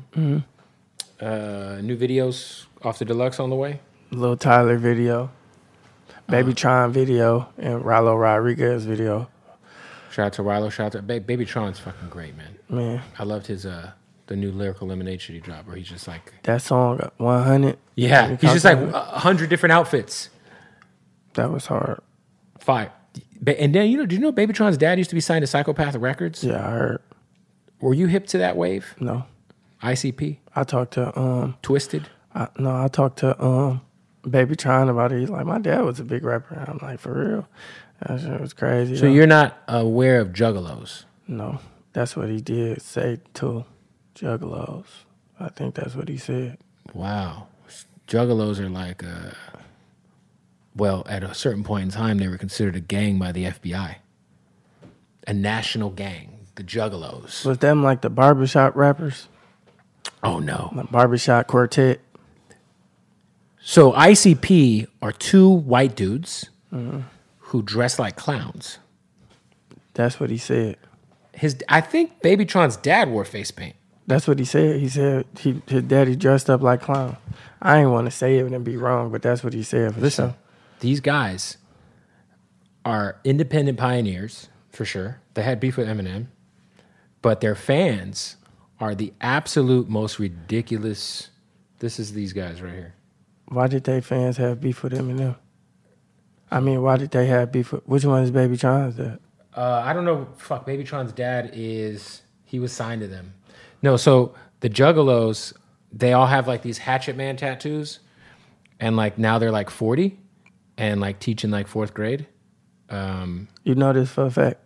[SPEAKER 4] Uh, new videos off the deluxe on the way.
[SPEAKER 3] Little Tyler video,
[SPEAKER 4] Uh-huh.
[SPEAKER 3] Baby Tron video, and Rallo Rodriguez video.
[SPEAKER 4] Shout out to Rilo. Shout out to ba- Baby Tron's fucking great, man.
[SPEAKER 3] Man,
[SPEAKER 4] I loved his uh, the new lyrical lemonade shit he dropped, where he's just like,
[SPEAKER 3] that song one hundred.
[SPEAKER 4] yeah, he's just like a hundred different outfits.
[SPEAKER 3] that was hard.
[SPEAKER 4] Fire. Ba- And then you know, do you know Baby Tron's dad used to be signed to Psychopath Records?
[SPEAKER 3] Yeah, I heard.
[SPEAKER 4] Were you hip to that wave?
[SPEAKER 3] No,
[SPEAKER 4] ICP,
[SPEAKER 3] I talked to um,
[SPEAKER 4] Twisted.
[SPEAKER 3] I, no, I talked to um Baby Tron about it. He's like, my dad was a big rapper. I'm like, for real. That shit was crazy.
[SPEAKER 4] So
[SPEAKER 3] though.
[SPEAKER 4] you're not aware of Juggalos.
[SPEAKER 3] No, that's what he did say to Juggalos. I think that's what he said.
[SPEAKER 4] Wow, Juggalos are like, uh, well, at a certain point in time, they were considered a gang by the FBI, a national gang, the Juggalos.
[SPEAKER 3] Was them like the barbershop rappers,
[SPEAKER 4] Oh no!
[SPEAKER 3] the barbershop quartet?
[SPEAKER 4] So ICP are two white dudes who dress like clowns.
[SPEAKER 3] That's what he said.
[SPEAKER 4] His, I think Baby Tron's dad wore face paint.
[SPEAKER 3] That's what he said. He said he, his daddy dressed up like clown. I ain't want to say it and be wrong, but that's what he said for
[SPEAKER 4] Listen,
[SPEAKER 3] sure.
[SPEAKER 4] these guys are independent pioneers for sure. They had beef with Eminem, but their fans are the absolute most ridiculous. This is these guys right here.
[SPEAKER 3] Why did they fans have beef with Eminem? I mean, why did they have beef with which one is Baby John's that?
[SPEAKER 4] Uh, I don't know. Fuck, Baby Tron's dad is he was signed to them. No, so the Juggalos, they all have like these Hatchet Man tattoos, and like now they're like forty, and like teaching like fourth grade. Um,
[SPEAKER 3] You know this for a fact.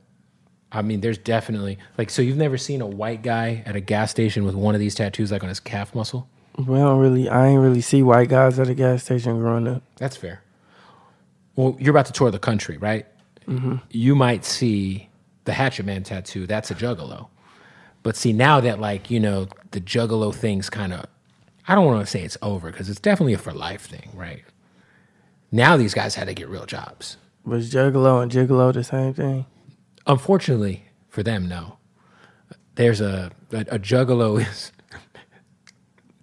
[SPEAKER 4] I mean, there's definitely like so you've never seen a white guy at a gas station with one of these tattoos like on his calf muscle.
[SPEAKER 3] We don't really I ain't really see white guys at a gas station growing up.
[SPEAKER 4] That's fair. Well, you're about to tour the country, right? You might see the Hatchet Man tattoo. That's a Juggalo. But see, now that like you know the Juggalo thing's kind of, I don't want to say it's over because it's definitely a for life thing, right? Now these guys had to get real jobs.
[SPEAKER 3] Was Juggalo and Gigolo the same thing?
[SPEAKER 4] Unfortunately for them, no. There's a a, a Juggalo is.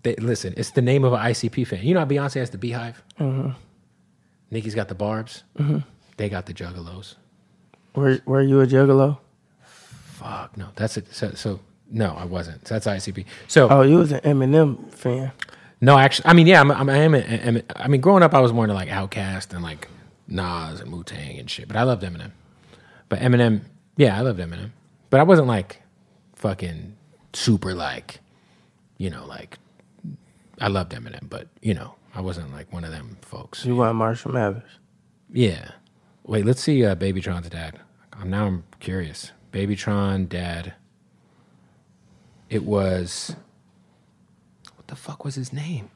[SPEAKER 4] They, listen, it's the name of an ICP fan. You know how Beyonce has the Beehive. Mm-hmm. Nicki's got the Barb's. Mm-hmm. They got the Juggalos.
[SPEAKER 3] Were were you a Juggalo?
[SPEAKER 4] Fuck no, that's it. So, so no, I wasn't. So that's ICP. So
[SPEAKER 3] Oh, you was an Eminem fan.
[SPEAKER 4] no, actually, I mean, yeah, I'm, I'm, I am. am I mean, growing up, I was more into like Outkast and like Nas and Wu Tang and shit. But I loved Eminem. But Eminem, yeah, I loved Eminem. But I wasn't like fucking super like, you know, like I loved Eminem, but you know, I wasn't like one of them folks.
[SPEAKER 3] You weren't Marshall Mathers.
[SPEAKER 4] Yeah. Wait, let's see uh, Baby Tron's dad. I'm now I'm curious. Baby Tron dad. It was what the fuck was his name?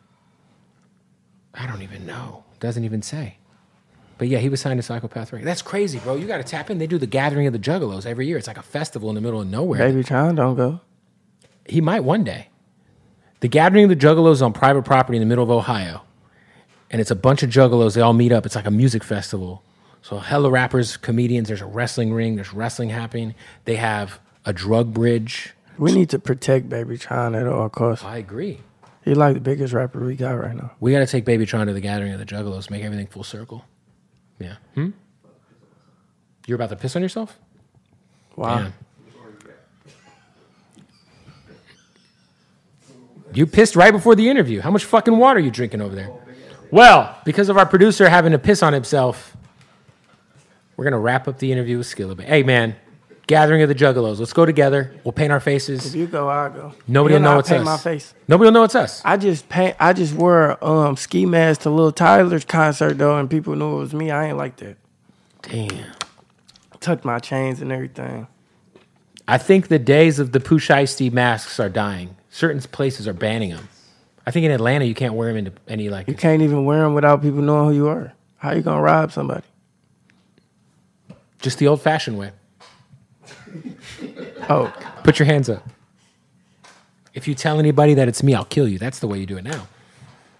[SPEAKER 4] I don't even know. Doesn't even say. But yeah, he was signed to Psychopath Records. That's crazy, bro. You got to tap in. They do the Gathering of the Juggalos every year. It's like a festival in the middle of nowhere.
[SPEAKER 3] Baby John don't go.
[SPEAKER 4] He might one day. The Gathering of the Juggalos is on private property in the middle of Ohio. And it's a bunch of juggalos. They all meet up. It's like a music festival. So hella rappers, comedians, there's a wrestling ring, there's wrestling happening. They have a drug bridge.
[SPEAKER 3] We need to protect Baby John at all costs.
[SPEAKER 4] I agree.
[SPEAKER 3] He like the biggest rapper we got right now.
[SPEAKER 4] We got to take Baby Tron to the Gathering of the Juggalos, make everything full circle. Yeah. Hmm? You're about to piss on yourself?
[SPEAKER 3] Wow.
[SPEAKER 4] Damn. You pissed right before the interview. How much fucking water are you drinking over there? Well, because of our producer having to piss on himself, we're gonna wrap up the interview with Skilla. But hey, man, gathering of the Juggalos. Let's go together. We'll paint our faces.
[SPEAKER 3] You go, I go.
[SPEAKER 4] Nobody will
[SPEAKER 3] And
[SPEAKER 4] know
[SPEAKER 3] I
[SPEAKER 4] it's
[SPEAKER 3] paint
[SPEAKER 4] us.
[SPEAKER 3] my face.
[SPEAKER 4] Nobody will know it's us.
[SPEAKER 3] I just paint. I just wore a, um ski mask to Lil Tyler's concert though, and people knew it was me. I ain't like that.
[SPEAKER 4] Damn.
[SPEAKER 3] Tucked my chains and everything.
[SPEAKER 4] I think the days of the Pusheisty masks are dying. Certain places are banning them. I think in Atlanta you can't wear them into any like.
[SPEAKER 3] You can't even wear them without people knowing who you are. How you gonna rob somebody?
[SPEAKER 4] Just the old-fashioned way.
[SPEAKER 3] Oh,
[SPEAKER 4] Put your hands up. If you tell anybody that it's me, I'll kill you. That's the way you do it now.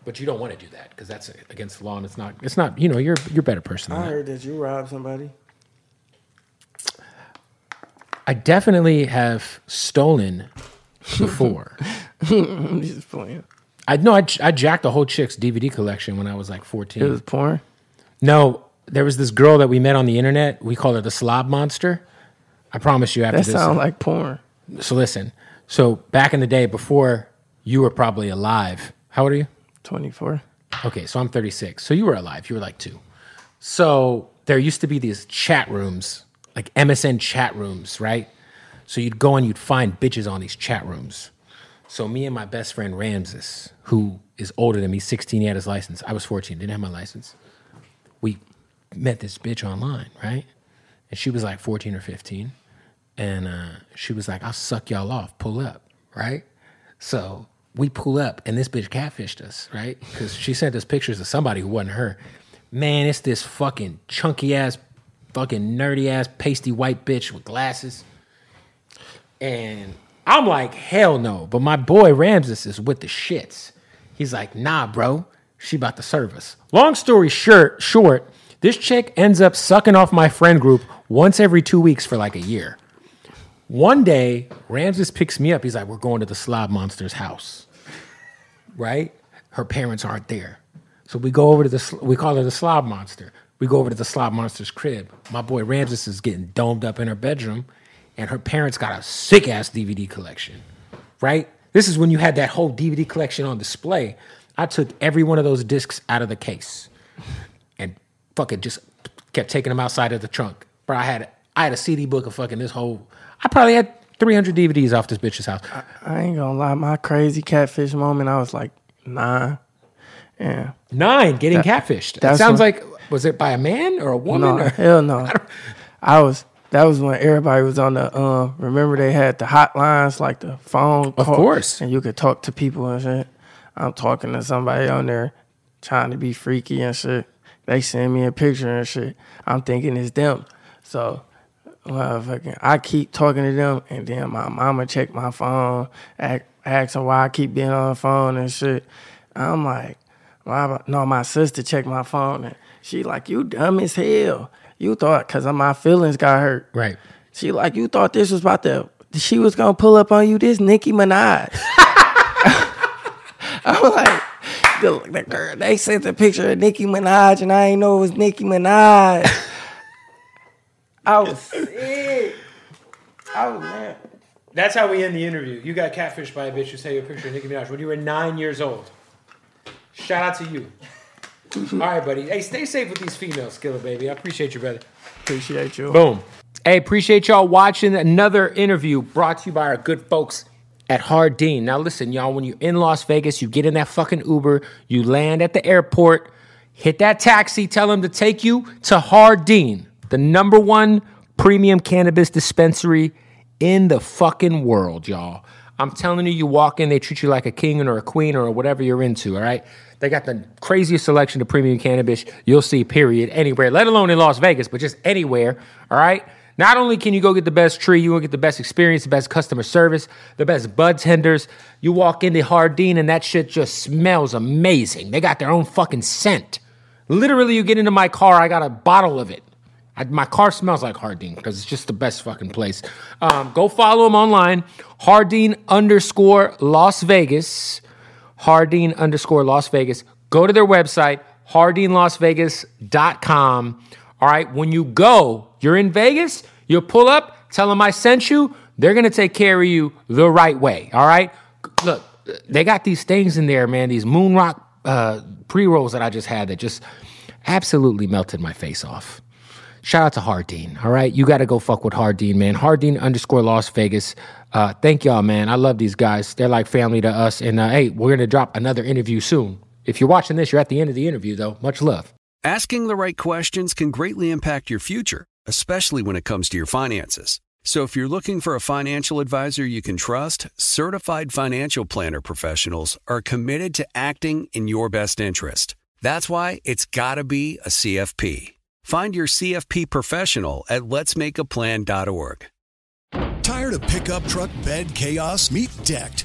[SPEAKER 4] But you don't want to do that because that's against the law, and it's not. It's not. You know, you're you're a better person. Than
[SPEAKER 3] I
[SPEAKER 4] that.
[SPEAKER 3] heard that you robbed somebody.
[SPEAKER 4] I definitely have stolen before.
[SPEAKER 3] I'm just playing.
[SPEAKER 4] I know I, j- I jacked a whole chick's DVD collection when I was like fourteen.
[SPEAKER 3] It was porn.
[SPEAKER 4] no, there was this girl that we met on the internet. We called her the Slob Monster. I promise you, after
[SPEAKER 3] That
[SPEAKER 4] this,
[SPEAKER 3] sounds like porn.
[SPEAKER 4] so listen. So back in the day, before you were probably alive. How old are you?
[SPEAKER 3] Twenty four.
[SPEAKER 4] Okay, so I'm 36. So you were alive. You were like two. So there used to be these chat rooms, like MSN chat rooms, right? So you'd go and you'd find bitches on these chat rooms. So me and my best friend Ramses, who is older than me, 16, he had his license. I was 14, didn't have my license. We met this bitch online, right? And she was like 14 or 15. And uh, she was like, I'll suck y'all off, pull up, right? So we pull up, and this bitch catfished us, right? Because she sent us pictures of somebody who wasn't her. Man, it's this fucking chunky ass, fucking nerdy ass, pasty white bitch with glasses. And I'm like, hell no. But my boy Ramses is with the shits. He's like, nah, bro. She about to serve us. Long story short, short, this chick ends up sucking off my friend group once every two weeks for like a year. One day, Ramses picks me up. He's like, we're going to the slob monster's house. Right? Her parents aren't there. So we go over to the, sl- we call her the slob monster. We go over to the slob monster's crib. My boy Ramses is getting domed up in her bedroom, and her parents got a sick ass DVD collection. right? This is when you had that whole DVD collection on display. I took every one of those discs out of the case and fucking just kept taking them outside of the trunk. Bro, I had I had a CD book of fucking this whole. I probably had 300 DVDs off this bitch's house.
[SPEAKER 3] I ain't gonna lie, my crazy catfish moment, I was like, nah. Yeah.
[SPEAKER 4] Nine getting catfished. That
[SPEAKER 3] that's
[SPEAKER 4] sounds
[SPEAKER 3] what-
[SPEAKER 4] like was it by a man or a woman?
[SPEAKER 3] No,
[SPEAKER 4] Or,
[SPEAKER 3] hell no. I was that was when everybody was on the um remember they had the hotlines like the phone Of
[SPEAKER 4] course.
[SPEAKER 3] And you could talk to people and shit. I'm talking to somebody on there trying to be freaky and shit. They send me a picture and shit. I'm thinking it's them. So motherfucking I keep talking to them and then my mama check my phone, ask, asking why I keep being on the phone and shit. I'm like, why am I- no, my sister checked my phone and she like, you dumb as hell. You thought cause my feelings got hurt.
[SPEAKER 4] right.
[SPEAKER 3] She like, you thought this was about to, she was gonna pull up on you. This Nicki Minaj. I'm like, the, the girl. They sent the picture of Nicki Minaj, and I ain't know it was Nicki Minaj. I was sick. I was mad.
[SPEAKER 4] That's how we end the interview. You got catfished by a bitch who sent you a picture of Nicki Minaj when you were nine years old. Shout out to you. All right, buddy. Hey, stay safe with these females, Skillet baby. I appreciate you, brother.
[SPEAKER 3] Appreciate you.
[SPEAKER 4] Boom. Hey, appreciate y'all watching another interview brought to you by our good folks at Hardin. Now, listen, y'all, when you're in Las Vegas, you get in that fucking Uber, you land at the airport, hit that taxi, tell them to take you to Hardin, the number one premium cannabis dispensary in the fucking world, y'all. I'm telling you, you walk in, they treat you like a king or a queen or whatever you're into, all right? They got the craziest selection of premium cannabis you'll see, period, anywhere, let alone in Las Vegas, but just anywhere, all right? Not only can you go get the best tree, you will get the best experience, the best customer service, the best bud tenders. You walk into Hardin and that shit just smells amazing. They got their own fucking scent. Literally, you get into my car, I got a bottle of it. I, my car smells like Hardin because it's just the best fucking place. Um, go follow him online, Hardin underscore Las Vegas, Hardin underscore Las Vegas. Go to their website, hardinlasvegas.com. All right, when you go, you're in Vegas, you pull up, tell them I sent you. They're going to take care of you the right way. All right, look, they got these things in there, man, these moon rock uh, pre rolls that I just had that just absolutely melted my face off. Shout out to Hardine. All right. You got to go fuck with Hardine, man. Hardine underscore Las Vegas. Uh, thank y'all, man. I love these guys. They're like family to us. And uh, hey, we're going to drop another interview soon. If you're watching this, you're at the end of the interview, though. Much love.
[SPEAKER 5] Asking the right questions can greatly impact your future, especially when it comes to your finances. So, if you're looking for a financial advisor you can trust, certified financial planner professionals are committed to acting in your best interest. That's why it's got to be a CFP. Find your CFP professional at letsmakeaplan.org.
[SPEAKER 6] Tired of pickup truck bed chaos? Meet Decked.